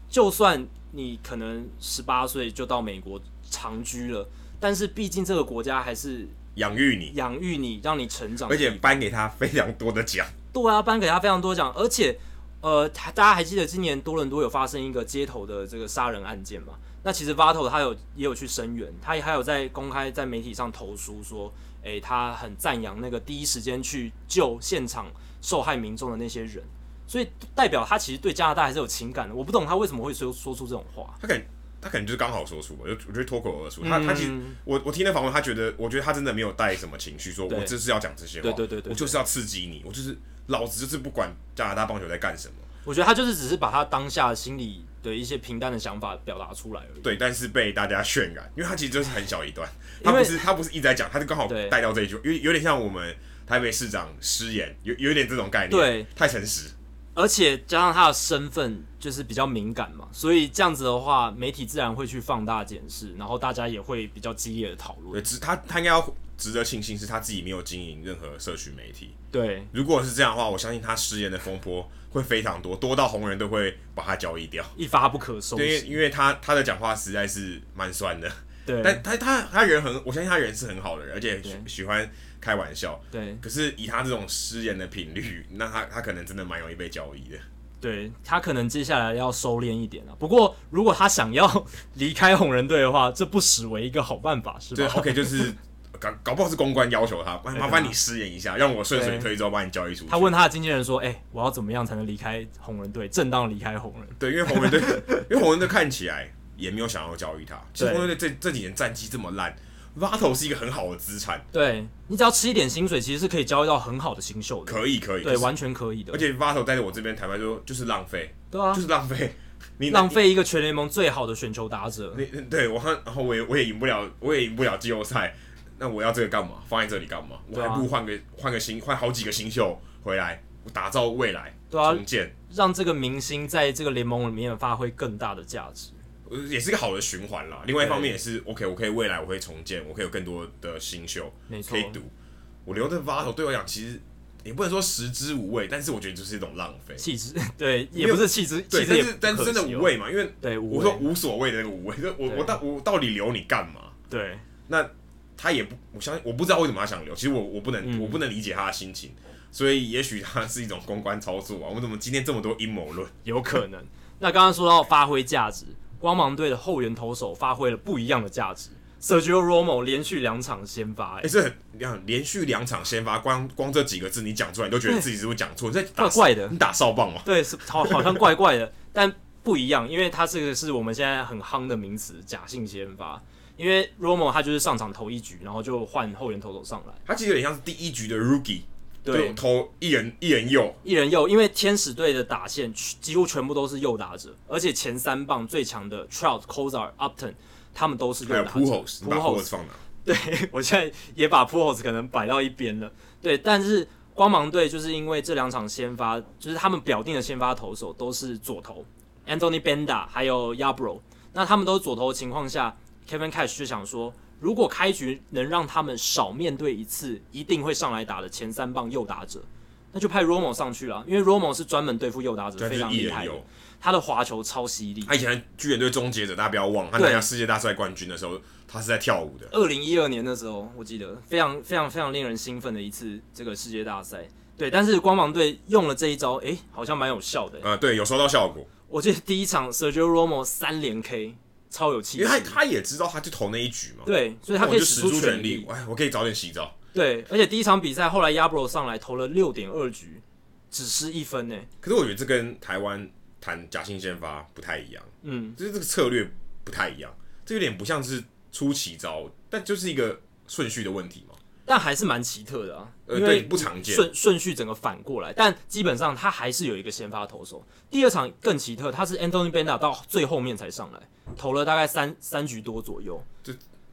Speaker 2: 就算你可能十八岁就到美国长居了，但是毕竟这个国家还是
Speaker 1: 养育你，
Speaker 2: 养育你，让你成长的
Speaker 1: 而且颁给他非常多的奖。
Speaker 2: 对啊，颁给他非常多奖，而且呃，他大家还记得今年多伦多有发生一个街头的这个杀人案件嘛？那其实 Vato 他有也有去声援，他也还有在公开在媒体上投书说，诶、他很赞扬那个第一时间去救现场受害民众的那些人，所以代表他其实对加拿大还是有情感的。我不懂他为什么会说说出这种话。
Speaker 1: 他可能他可能就是刚好说出，我就我觉得脱口而出。他他其实
Speaker 2: 嗯
Speaker 1: 我我听那访问，他觉得我觉得他真的没有带什么情绪，说
Speaker 2: 对
Speaker 1: 我就是要讲这些话，
Speaker 2: 对对对对对
Speaker 1: 我就是要刺激你，我就是老子就是不管加拿大棒球在干什么。
Speaker 2: 我觉得他就是只是把他当下心里的一些平淡的想法表达出来而已。
Speaker 1: 对，但是被大家渲染，因为他其实就是很小一段，
Speaker 2: 因
Speaker 1: 他
Speaker 2: 为
Speaker 1: 不是他不是一直在讲，他就刚好
Speaker 2: 对
Speaker 1: 带到这一句，有有点像我们台北市长失言，有有点这种概念，
Speaker 2: 对，
Speaker 1: 太诚实，
Speaker 2: 而且加上他的身份就是比较敏感嘛，所以这样子的话，媒体自然会去放大检视，然后大家也会比较激烈的讨
Speaker 1: 对，
Speaker 2: 论。
Speaker 1: 只他他应该要值得庆幸是他自己没有经营任何社区媒体，
Speaker 2: 对，
Speaker 1: 如果是这样的话，我相信他失言的风波会非常多，多到红人都会把他交易掉。
Speaker 2: 一发不可收
Speaker 1: 对，因
Speaker 2: 拾。
Speaker 1: 为因为他他的讲话实在是蛮酸的，
Speaker 2: 对，
Speaker 1: 但他他他人很，我相信他人是很好的人，而且喜
Speaker 2: 对
Speaker 1: 喜欢开玩笑。
Speaker 2: 对
Speaker 1: 可是以他这种失言的频率，那他他可能真的蛮容易被交易的。
Speaker 2: 对，他可能接下来要收敛一点了。啊不过，如果他想要离开红人队的话，这不失为一个好办法，是
Speaker 1: 对
Speaker 2: 吧？
Speaker 1: ，OK，就是搞搞不好是公关要求他，麻麻烦你失言一下，让我顺水
Speaker 2: 对
Speaker 1: 推舟把你交易出去。
Speaker 2: 他问他的经纪人说：“哎、我要怎么样才能离开红人队，正当地离开红人
Speaker 1: 对，因为红人队， 因为红人队看起来也没有想要交易他。其实
Speaker 2: 对
Speaker 1: 红人队这这几年战绩这么烂，Vato 是一个很好的资产，？”
Speaker 2: 对你只要吃一点薪水，其实是可以交易到很好的新秀的。
Speaker 1: 可以可以。
Speaker 2: 对，
Speaker 1: 就是
Speaker 2: 完全可以的
Speaker 1: 而。且 Vato 待在我这边，坦白说就是浪费，
Speaker 2: 对啊
Speaker 1: 就，是浪费。你
Speaker 2: 浪。费一个全联盟最好的选球打者。
Speaker 1: 你你对我，然后我也我也赢不了，我也赢不了季后赛，那我要这个干嘛？放在这里干嘛？我
Speaker 2: 对啊
Speaker 1: 还不如换个换个新换好几个新秀回来，我打造未来，
Speaker 2: 对啊
Speaker 1: 重建，
Speaker 2: 让这个明星在这个联盟里面发挥更大的价值。
Speaker 1: 呃也是一个好的循环啦。另外一方
Speaker 2: 对
Speaker 1: 面也是 OK，我可以未来我会重建，我可以有更多的新秀
Speaker 2: 没错
Speaker 1: 可以赌。我留着 Vato 对我讲，其实也不能说食之无味，但是我觉得就是一种浪费。
Speaker 2: 气质对，
Speaker 1: 没
Speaker 2: 也
Speaker 1: 有
Speaker 2: 不是气质，气
Speaker 1: 对，
Speaker 2: 质
Speaker 1: 但
Speaker 2: 也
Speaker 1: 是但
Speaker 2: 不
Speaker 1: 是
Speaker 2: 可
Speaker 1: 真的
Speaker 2: 惜
Speaker 1: 无
Speaker 2: 哦
Speaker 1: 味嘛，因为
Speaker 2: 对，无
Speaker 1: 我
Speaker 2: 味
Speaker 1: 说无所谓的那个无味，就我
Speaker 2: 对
Speaker 1: 我到我到底留你干嘛？
Speaker 2: 对
Speaker 1: 那他也不，我相信我不知道为什么他想留，其实我我不能、
Speaker 2: 嗯
Speaker 1: 我不能理解他的心情，所以也许他是一种公关操作啊。我怎么今天这么多阴谋论？
Speaker 2: 有可能。那刚刚说到发挥价值，光芒队的后援投手发挥了不一样的价值。Sergio Romo 连续两场先发、
Speaker 1: 哎、
Speaker 2: 欸，
Speaker 1: 这很你看连续两场先发，光光这几个字你讲出来，你都觉得自己是不是讲错？你在打
Speaker 2: 怪怪的
Speaker 1: 你打哨棒吗？
Speaker 2: 对，是好好像怪怪的，但不一样，因为它这个是我们现在很夯的名词——假性先发。因为 Romo 他就是上场投一局，然后就换后援投手上来。
Speaker 1: 他其实有点像是第一局的 Rookie，
Speaker 2: 对
Speaker 1: 就投一人一人右，
Speaker 2: 一人右，因为天使队的打线几乎全部都是右打者，而且前三棒最强的 Trout、Cozar、Upton，他们都是
Speaker 1: 还
Speaker 2: 右
Speaker 1: 有
Speaker 2: 打者。
Speaker 1: Pujols，你把
Speaker 2: Pujols
Speaker 1: Pujols 放哪？
Speaker 2: 对我现在也把 Pujols 可能摆到一边了。对，但是光芒队就是因为这两场先发，就是他们表定的先发投手都是左投，Anthony Benda 还有 Yabro，那他们都是左投的情况下，Kevin Cash 就想说，如果开局能让他们少面对一次，一定会上来打的前三棒右打者。那就派 Romo 上去了，啊因为 Romo 是专门对付右打者，
Speaker 1: 对，
Speaker 2: 非
Speaker 1: 就
Speaker 2: 常
Speaker 1: 是一
Speaker 2: 厉害
Speaker 1: 人
Speaker 2: 的。
Speaker 1: 右。
Speaker 2: 他的滑球超犀利，
Speaker 1: 他以前巨人队终结者，大家不要忘，他
Speaker 2: 对
Speaker 1: 拿下世界大赛冠军的时候，他是在跳舞的。
Speaker 2: 二零一二年的时候，我记得非常非常非常令人兴奋的一次这个世界大赛。对，但是光芒队用了这一招，诶、好像蛮有效的、
Speaker 1: 呃，对，有收到效果。
Speaker 2: 我记得第一场 Sergio Romo 三连 K，超有气
Speaker 1: 因为他
Speaker 2: 势。
Speaker 1: 他也知道，他就投那一局嘛。
Speaker 2: 对，所以他
Speaker 1: 那
Speaker 2: 可
Speaker 1: 我
Speaker 2: 以
Speaker 1: 哦就
Speaker 2: 使
Speaker 1: 使
Speaker 2: 出
Speaker 1: 出全
Speaker 2: 力
Speaker 1: 力。。哎，我可以早点洗澡，
Speaker 2: 对，而且第一场比赛后来 Yabro 上来投了六点二局，只失一分呢。
Speaker 1: 可是我觉得这跟台湾谈假性先发不太一样，
Speaker 2: 嗯，
Speaker 1: 就是这个策略不太一样，这有点不像是出奇招，但就是一个顺序的问题嘛。
Speaker 2: 但还是蛮奇特的啊，
Speaker 1: 呃，
Speaker 2: 因
Speaker 1: 对，
Speaker 2: 为
Speaker 1: 不常见。
Speaker 2: 顺顺序整个反过来，但基本上他还是有一个先发投手。第二场更奇特，他是 Anthony Banda 到最后面才上来，投了大概三三局多左右。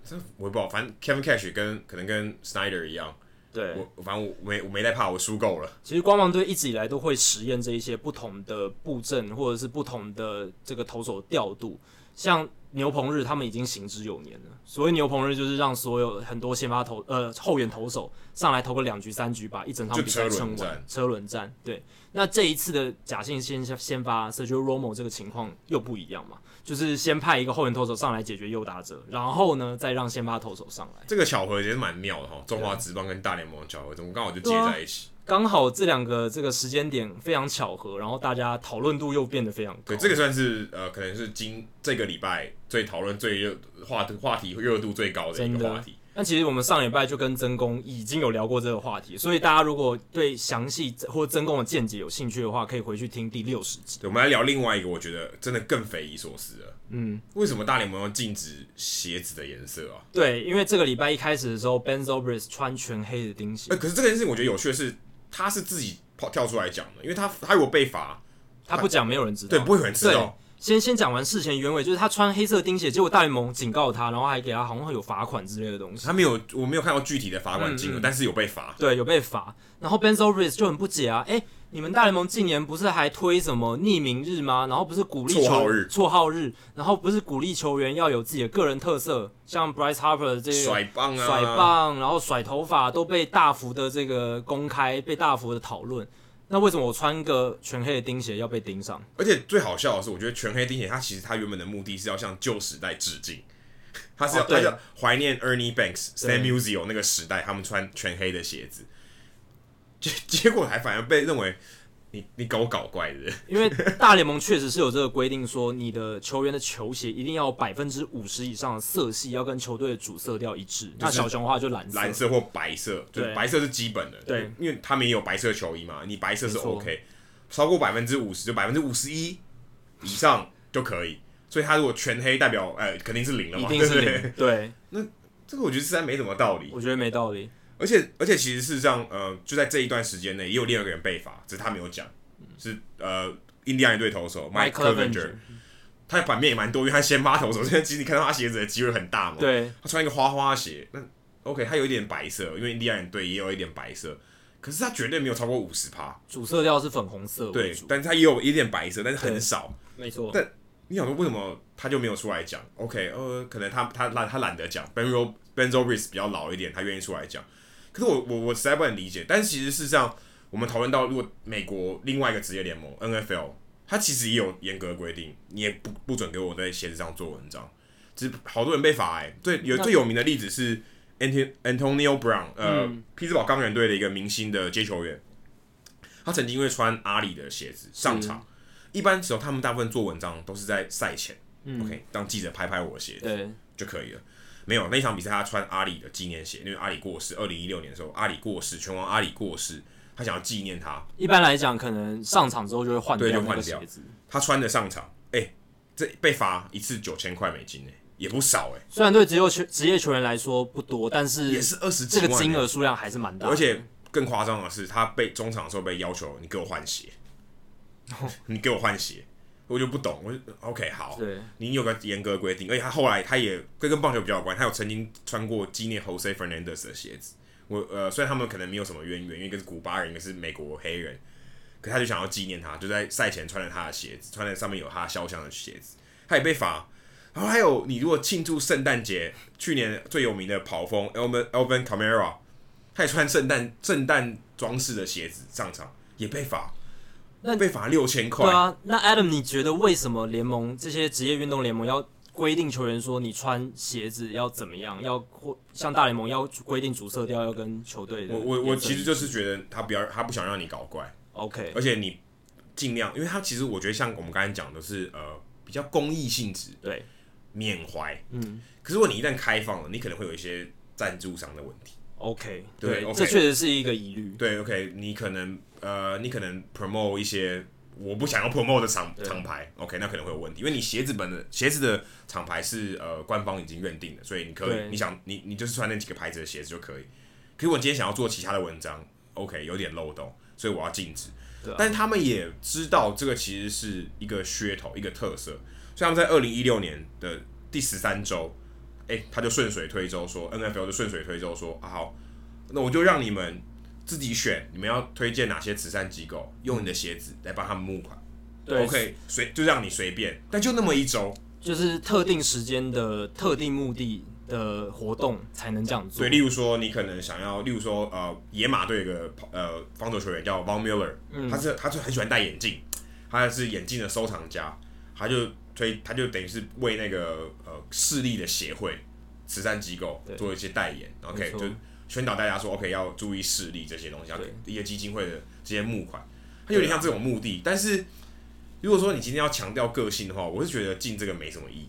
Speaker 1: 这我也不知道，反正 Kevin Cash 跟可能跟 Snyder 一样，
Speaker 2: 对，
Speaker 1: 我我反正我没我没在怕，我输够了。
Speaker 2: 其实光芒队一直以来都会实验这一些不同的布阵，或者是不同的这个投手调度。像牛棚日，他们已经行之有年了。所谓牛棚日，就是让所有很多先发投呃后援投手上来投个两局三局，把一整场
Speaker 1: 就
Speaker 2: 比
Speaker 1: 车
Speaker 2: 赛
Speaker 1: 轮
Speaker 2: 撑完
Speaker 1: 战。
Speaker 2: 车轮战，对。那这一次的假性先先发 Sergio Romo 这个情况又不一样嘛，就是先派一个后援投手上来解决右打者，然后呢再让先发投手上来。
Speaker 1: 这个巧合也是蛮妙的哈，中
Speaker 2: 啊
Speaker 1: 华职棒跟大联盟的巧合，怎么刚好就接在一起？
Speaker 2: 刚好这两个这个时间点非常巧合，然后大家讨论度又变得非常高。
Speaker 1: 对，这个算是呃，可能是今这个礼拜最讨论最热话话题热度最高的一
Speaker 2: 真
Speaker 1: 个
Speaker 2: 的
Speaker 1: 话题。
Speaker 2: 那其实我们上礼拜就跟曾公已经有聊过这个话题，所以大家如果对详细或曾公的见解有兴趣的话，可以回去听第六十集。
Speaker 1: 对，我们来聊另外一个，我觉得真的更匪夷所思了。
Speaker 2: 嗯，
Speaker 1: 为什么大联盟要禁止鞋子的颜色啊？
Speaker 2: 对，因为这个礼拜一开始的时候，Ben Zobris 穿全黑的钉鞋
Speaker 1: 呃，，可是这件事情我觉得有趣的是，他是自己跑跳出来讲的，因为他他如果被罚，
Speaker 2: 他不讲没有人知道。
Speaker 1: 对，不会有人知
Speaker 2: 对
Speaker 1: 道。
Speaker 2: 先先讲完事前原委，就是他穿黑色钉鞋，结果大联盟警告他，然后还给他好像有罚款之类的东西。
Speaker 1: 他没有，我没有看到具体的罚款金额，
Speaker 2: 嗯嗯
Speaker 1: 但是有被罚。
Speaker 2: 对，有被罚。然后 Ben Zobris 就很不解啊，哎、你们大联盟近年不是还推什么匿名日吗？然后不是鼓励
Speaker 1: 绰
Speaker 2: 球
Speaker 1: 号日
Speaker 2: 绰号日，然后不是鼓励球员要有自己的个人特色，像 Bryce Harper 这个
Speaker 1: 甩棒啊，
Speaker 2: 甩棒，然后甩头发都被大幅的这个公开，被大幅的讨论。那为什么我穿个全黑的钉鞋要被盯上？
Speaker 1: 而且最好笑的是，我觉得全黑钉鞋它其实它原本的目的是要向旧时代致敬， 它是要、
Speaker 2: 哦
Speaker 1: 它
Speaker 2: 对
Speaker 1: 是要怀念 Ernie Banks、
Speaker 2: 对
Speaker 1: Stan Musial 那个时代，他们穿全黑的鞋子，结 结果还反而被认为你你搞搞怪的人，
Speaker 2: 因为大联盟确实是有这个规定，说你的球员的球鞋一定要百分之五十以上的色系要跟球队的主色调一致。那小熊的话就蓝色，
Speaker 1: 蓝色或白色，就是
Speaker 2: 对
Speaker 1: 白色是基本的，
Speaker 2: 对，
Speaker 1: 因为他们也有白色球衣嘛，你白色是
Speaker 2: 没错
Speaker 1: OK，超过百分之五十就百分之五十一以上就可以，所以他如果全黑代表呃肯定是零了
Speaker 2: 一
Speaker 1: 嘛，
Speaker 2: 定是
Speaker 1: 对不对？
Speaker 2: 零。对，
Speaker 1: 这个我觉得实在没什么道理。
Speaker 2: 我觉得没道理。
Speaker 1: 而且而且其实事实上，呃，就在这一段时间内，也有另外一个人被罚，只是他没有讲，是呃，印第安人队投手 Mike Clevenger，他的版面也蛮多，因为他先发投手，所以其实你看到他鞋子的机会很大嘛。，
Speaker 2: 对，
Speaker 1: 他穿一个花花鞋，那 OK，他有一点白色，因为印第安人队也有一点白色，可是他绝对没有超过五十趴，
Speaker 2: 主色调是粉红色为
Speaker 1: 对
Speaker 2: 主，，
Speaker 1: 但是他也有一点白色，但是很
Speaker 2: 对
Speaker 1: 少。
Speaker 2: 没错
Speaker 1: 但。你想说为什么他就没有出来讲？OK，呃，可能他他懒他懒得讲。Ben Ro Ben Zobris 比较老一点，他愿意出来讲。可是我我我实在不能理解。但是其实事实上，我们讨论到如果美国另外一个职业联盟 NFL，它其实也有严格的规定，你也不不准给我在鞋子上做文章。只是好多人被罚哎、最有
Speaker 2: 那
Speaker 1: 最有名的例子是 Anton Antonio Brown，呃，匹兹堡钢人队的一个明星的接球员，他曾经因为穿阿里的鞋子上场。一般时候，他们大部分做文章都是在赛前、o k 让记者拍拍我的鞋子
Speaker 2: 对，
Speaker 1: 就可以了。没有那一场比赛，他穿阿里的纪念鞋，因为阿里过世，二零一六年的时候，阿里过世，拳王阿里过世，他想要纪念他，
Speaker 2: 一般来讲，可能上场之后就会换掉
Speaker 1: 对就
Speaker 2: 那
Speaker 1: 换
Speaker 2: 个
Speaker 1: 掉
Speaker 2: 鞋子。
Speaker 1: 他穿的上场，哎、这被罚一次九千块美金、哎，也不少哎、
Speaker 2: 虽然对职业球职业球员来说不多，但
Speaker 1: 也
Speaker 2: 是
Speaker 1: 是二十几万、欸
Speaker 2: 这个
Speaker 1: 哎
Speaker 2: 金额啊数量还是蛮大的。
Speaker 1: 而且更夸张的是，他被中场的时候被要求你给我换鞋，你给我换鞋，我就不懂，我就 OK 好，
Speaker 2: 对，
Speaker 1: 你有个严格的规定，而且他后来他也跟跟棒球比较有关，他有曾经穿过纪念 Jose Fernandez 的鞋子。我呃，虽然他们可能没有什么渊源，因为一个是古巴人，一个是美国黑人，可他就想要纪念他，就在赛前穿了他的鞋子，穿了上面有他肖像的鞋子，他也被罚。然后还有，你如果庆祝圣诞节，去年最有名的跑锋 Elvin Elvin Kamara，他也穿圣诞圣诞装饰的鞋子上场，也被罚，
Speaker 2: 那
Speaker 1: 被罚六千块。
Speaker 2: 对啊，那 Adam，你觉得为什么联盟这些职业运动联盟要规定球员说你穿鞋子要怎么样，要或像大联盟要规定主色调要跟球队的
Speaker 1: 我
Speaker 2: 颜色一致？
Speaker 1: 我我其实就是觉得他不要，他不想让你搞怪。
Speaker 2: OK，
Speaker 1: 而且你尽量，因为它其实我觉得像我们刚才讲的是呃比较公益性质、
Speaker 2: 对，
Speaker 1: 缅怀。
Speaker 2: 嗯，
Speaker 1: 可是如果你一旦开放了，你可能会有一些赞助商的问题，
Speaker 2: OK，
Speaker 1: 对
Speaker 2: 对，
Speaker 1: OK
Speaker 2: 这确实是一个疑虑。
Speaker 1: 对，OK，你可能呃，你可能 promote 一些我不想要 promote 的厂
Speaker 2: 对
Speaker 1: 厂牌，OK，那可能会有问题，因为你鞋子本的鞋子的厂牌是呃官方已经认定的，所以你可以
Speaker 2: 对
Speaker 1: 你想你你就是穿那几个牌子的鞋子就可以。可是我今天想要做其他的文章，OK，有点漏洞，所以我要禁止。
Speaker 2: 对啊
Speaker 1: 但是他们也知道这个其实是一个噱头，一个特色，所以他们在二零一六年的第十三周，哎、他就顺水推舟说，NFL 就顺水推舟说，啊好，那我就让你们自己选，你们要推荐哪些慈善机构，用你的鞋子来帮他们募款。
Speaker 2: 对
Speaker 1: ，OK，随就让你随便，但就那么一周，
Speaker 2: 就是特定时间的特定目的的活动才能这样做
Speaker 1: 所以，。例如说，你可能想要，例如说，呃，野马队有个跑呃防守球员叫 Von Miller，、他
Speaker 2: 嗯
Speaker 1: 是他是很喜欢戴眼镜，他是眼镜的收藏家，他就推他就等于是为那个呃势力的协会、慈善机构
Speaker 2: 对
Speaker 1: 做一些代言，OK，
Speaker 2: 没错
Speaker 1: 就宣导大家说 OK 要注意势力这些东西，要
Speaker 2: 对
Speaker 1: 给一些基金会的这些募款，它有点像这种目的。但是如果说你今天要强调个性的话，我是觉得进这个没什么意义。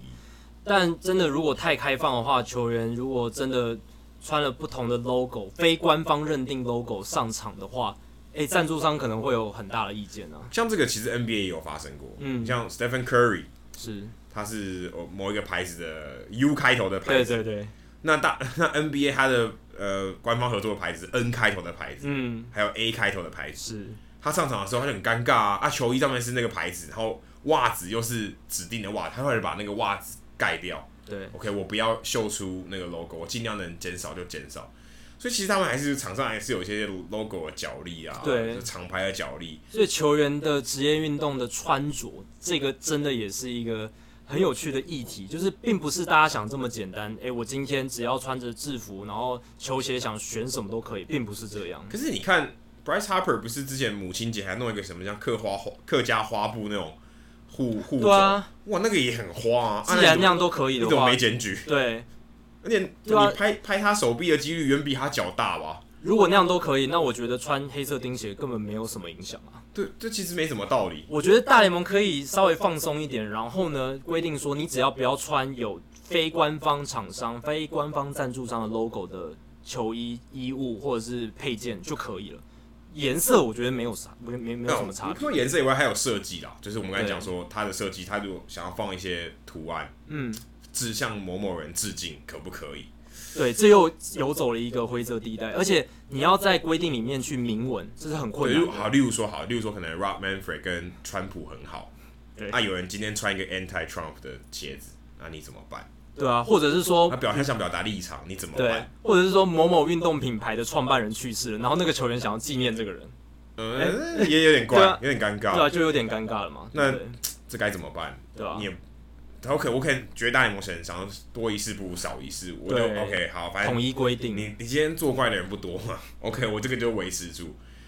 Speaker 2: 但真的如果太开放的话，球员如果真的穿了不同的 logo，非官方认定 logo 上场的话，诶、赞助商可能会有很大的意见啊。
Speaker 1: 像这个其实 NBA 也有发生过，
Speaker 2: 嗯
Speaker 1: 像 Stephen Curry。
Speaker 2: 是，
Speaker 1: 它是呃某一个牌子的 U 开头的牌
Speaker 2: 对
Speaker 1: 子。
Speaker 2: 对对，
Speaker 1: 那大 那 NBA 它的呃官方合作的牌子 N 开头的牌子，
Speaker 2: 嗯，
Speaker 1: 还有 A 开头的牌子。
Speaker 2: 是，
Speaker 1: 他上场的时候他就很尴尬啊，啊球衣上面是那个牌子，然后袜子又是指定的袜子，他会把那个袜子盖掉。
Speaker 2: 对，
Speaker 1: OK，我不要秀出那个 logo，我尽量能减少就减少。所以其实他们还是场上还是有一些 logo 的角力啊，
Speaker 2: 对
Speaker 1: 厂牌的角力。
Speaker 2: 所以球员的职业运动的穿着，这个真的也是一个很有趣的议题，就是并不是大家想这么简单。诶、我今天只要穿着制服，然后球鞋想选什么都可以，并不是这样。
Speaker 1: 可是你看，Bryce Harper 不是之前母亲节还弄一个什么像客花花客家花布那种护护
Speaker 2: 对啊，
Speaker 1: 哇，那个也很花啊，
Speaker 2: 既然那
Speaker 1: 啊
Speaker 2: 样都可以
Speaker 1: 你怎
Speaker 2: 的
Speaker 1: 么你怎么
Speaker 2: 话
Speaker 1: 没，检举？
Speaker 2: 对，
Speaker 1: 而且你
Speaker 2: 对啊
Speaker 1: 拍拍他手臂的几率远比他脚大吧？
Speaker 2: 如果那样都可以，那我觉得穿黑色钉鞋根本没有什么影响啊。
Speaker 1: 对，这其实没什么道理。
Speaker 2: 我觉得大联盟可以稍微放松一点，然后呢，规定说你只要不要穿有非官方厂商、非官方赞助商的 logo 的球衣、衣物或者是配件就可以了。颜色我觉得没有啥，没没没有什么差
Speaker 1: 那
Speaker 2: 别。
Speaker 1: 除了颜色以外，还有设计啦，就是我们刚才
Speaker 2: 对
Speaker 1: 讲说他的设计，他就想要放一些图案，
Speaker 2: 嗯，
Speaker 1: 致向某某人致敬，可不可以？
Speaker 2: 对，这又游走了一个灰色地带，而且你要在规定里面去明文，这是很困
Speaker 1: 对，
Speaker 2: 难
Speaker 1: 如
Speaker 2: 的。
Speaker 1: 好，例如说好，例如说可能 Rob Manfred 跟川普很好，
Speaker 2: 对
Speaker 1: 那、有人今天穿一个 anti Trump 的鞋子，那你怎么办？
Speaker 2: 对啊，或者是说
Speaker 1: 他表他想表达立场，你怎么
Speaker 2: 对
Speaker 1: 办？，
Speaker 2: 或者是说某某运动品牌的创办人去世了，然后那个球员想要纪念这个人，
Speaker 1: 嗯，也有点怪
Speaker 2: 对啊，
Speaker 1: 有点尴
Speaker 2: 对啊，
Speaker 1: 尬，
Speaker 2: 就有点尴尬了嘛。
Speaker 1: 那
Speaker 2: 对不对
Speaker 1: 这该怎么办？
Speaker 2: 对啊
Speaker 1: 你也，我可我可能觉得大联盟是很想多一事不如少一事，我就
Speaker 2: 对
Speaker 1: OK 好，反正
Speaker 2: 统一规定，
Speaker 1: 你你今天作怪的人不多嘛 ，OK 我这个就维持住。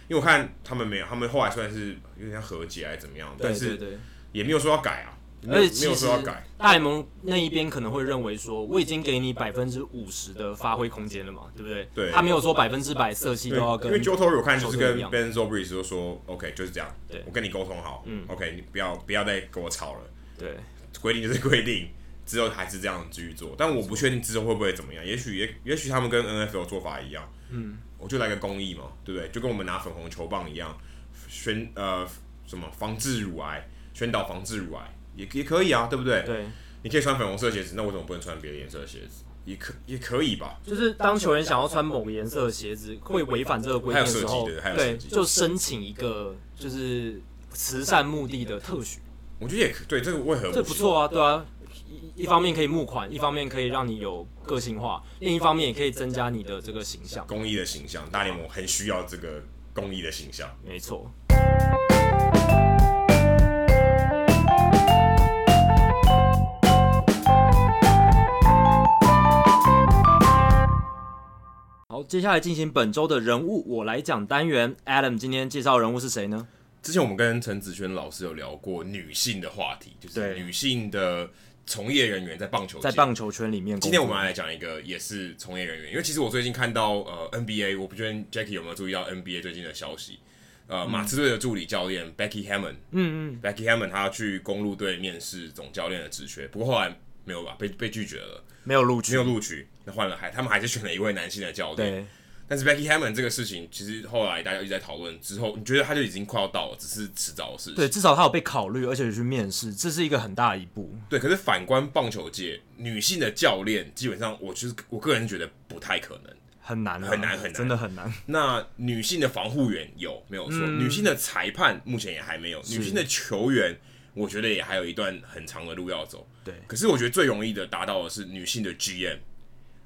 Speaker 1: 因为我看他们没有，他们后来虽然是有点像和解还是怎么样，
Speaker 2: 对
Speaker 1: 但
Speaker 2: 对
Speaker 1: 是
Speaker 2: 对。
Speaker 1: 也没有说要改啊，没有
Speaker 2: 而且
Speaker 1: 没
Speaker 2: 其
Speaker 1: 有
Speaker 2: 实
Speaker 1: 说要改，
Speaker 2: 大联盟那一边可能会认为说，我已经给你百分之五十的发挥空间了嘛，对不对？
Speaker 1: 对
Speaker 2: 他没有说百分之百色系都
Speaker 1: 对，
Speaker 2: 要
Speaker 1: 因
Speaker 2: 啊跟
Speaker 1: 为 Joe Torre 我看就是
Speaker 2: 球队一
Speaker 1: 跟
Speaker 2: 样
Speaker 1: Ben Zobrist 就说 OK 就是这样
Speaker 2: 对，
Speaker 1: 我跟你沟通好，
Speaker 2: 嗯
Speaker 1: OK 你不要不要再跟我吵了。
Speaker 2: 对
Speaker 1: 规定就是规定，之后还是这样继续做。但我不确定之后会不会怎么样，也许也也许他们跟 NFL 做法一样，
Speaker 2: 嗯，
Speaker 1: 我就来个公益嘛，对不对？就跟我们拿粉红球棒一样，宣呃什么防治乳癌，宣导防治乳癌也也可以啊，对不对？
Speaker 2: 对，
Speaker 1: 你可以穿粉红色鞋子，那为什么不能穿别的颜色的鞋子？也可也可以吧，
Speaker 2: 就是当球员想要穿某个颜色的鞋子，会违反这个规定的时候
Speaker 1: 还有设计的还，有设
Speaker 2: 对，
Speaker 1: 计
Speaker 2: 就申请一个就是慈善目的的特许，
Speaker 1: 我觉得也可对，这个为何
Speaker 2: 这
Speaker 1: 不
Speaker 2: 不
Speaker 1: 行？
Speaker 2: 错啊，对啊。一一方面可以募款，一方面可以让你有个性化，另一方面也可以增加你的这个形象。
Speaker 1: 公益的形象，大联盟很需要这个公益的形象。
Speaker 2: 没错。好，接下来进行本周的人物我来讲单元。Adam 今天介绍人物是谁呢？
Speaker 1: 之前我们跟陈子轩老师有聊过女性的话题，就是
Speaker 2: 对
Speaker 1: 女性的从业人员在棒球界
Speaker 2: 在。棒球圈里面工作，
Speaker 1: 今天我们来讲一个也是从业人员，因为其实我最近看到呃 NBA，我不确定 Jackie 有没有注意到 NBA 最近的消息。呃，马刺队的助理教练 Becky Hammond，Becky
Speaker 2: 嗯嗯，
Speaker 1: Hammond 他去公路队面试总教练的职缺，不过后来没有吧，被被拒绝了，
Speaker 2: 没有录
Speaker 1: 没
Speaker 2: 取
Speaker 1: 有，录取，那换了还他们还是选了一位男性的教练。
Speaker 2: 对，
Speaker 1: 但是 Becky Hammond 这个事情，其实后来大家一直在讨论，之后你觉得他就已经快要到了，只是迟早的事情。
Speaker 2: 对，至少他有被考虑，而且有去面试，这是一个很大的一步。
Speaker 1: 对，可是反观棒球界，女性的教练基本上，我就是我个人觉得不太可能。
Speaker 2: 很难、啊，
Speaker 1: 很难很难
Speaker 2: 真的很难。
Speaker 1: 那女性的防护员有没有错？
Speaker 2: 嗯
Speaker 1: 女性的裁判目前也还没有，女性的球员，我觉得也还有一段很长的路要走。
Speaker 2: 对
Speaker 1: 可是我觉得最容易的达到的是女性的 GM，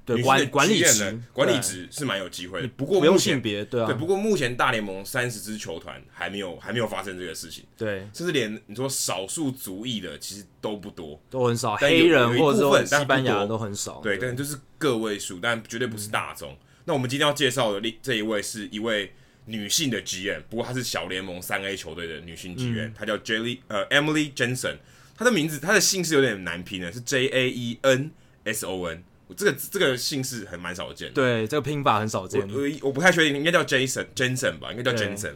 Speaker 2: 对，
Speaker 1: 女性的
Speaker 2: 管管理
Speaker 1: GM
Speaker 2: 职
Speaker 1: 呢，，管理
Speaker 2: 对，
Speaker 1: 职是蛮有机会的。不过
Speaker 2: 不用
Speaker 1: 目
Speaker 2: 性
Speaker 1: 前
Speaker 2: 别，对啊，
Speaker 1: 对，不过目前大联盟三十支球团还没有还没有发生这个事情，
Speaker 2: 对，
Speaker 1: 甚至连你说少数族裔的其实都不多，
Speaker 2: 都很少，
Speaker 1: 但有
Speaker 2: 黑人
Speaker 1: 有一
Speaker 2: 或者
Speaker 1: 部分
Speaker 2: 说西班
Speaker 1: 但
Speaker 2: 牙
Speaker 1: 不多
Speaker 2: 都很少。
Speaker 1: 对，但就是个位数，但绝对不是大众。那我们今天要介绍的另这一位是一位女性的 GM，不过她是小联盟三 A 球队的女性 GM，、她叫 Jelly 呃 Emily Jensen，她的名字她的姓氏有点难拼的，是 J A E N S O N，我这个这个姓氏很蛮少见的。
Speaker 2: 对，这个拼法很少见。
Speaker 1: 我呃我我不太确定，应该叫 Jason Jensen 吧，应该叫
Speaker 2: 对
Speaker 1: Jensen。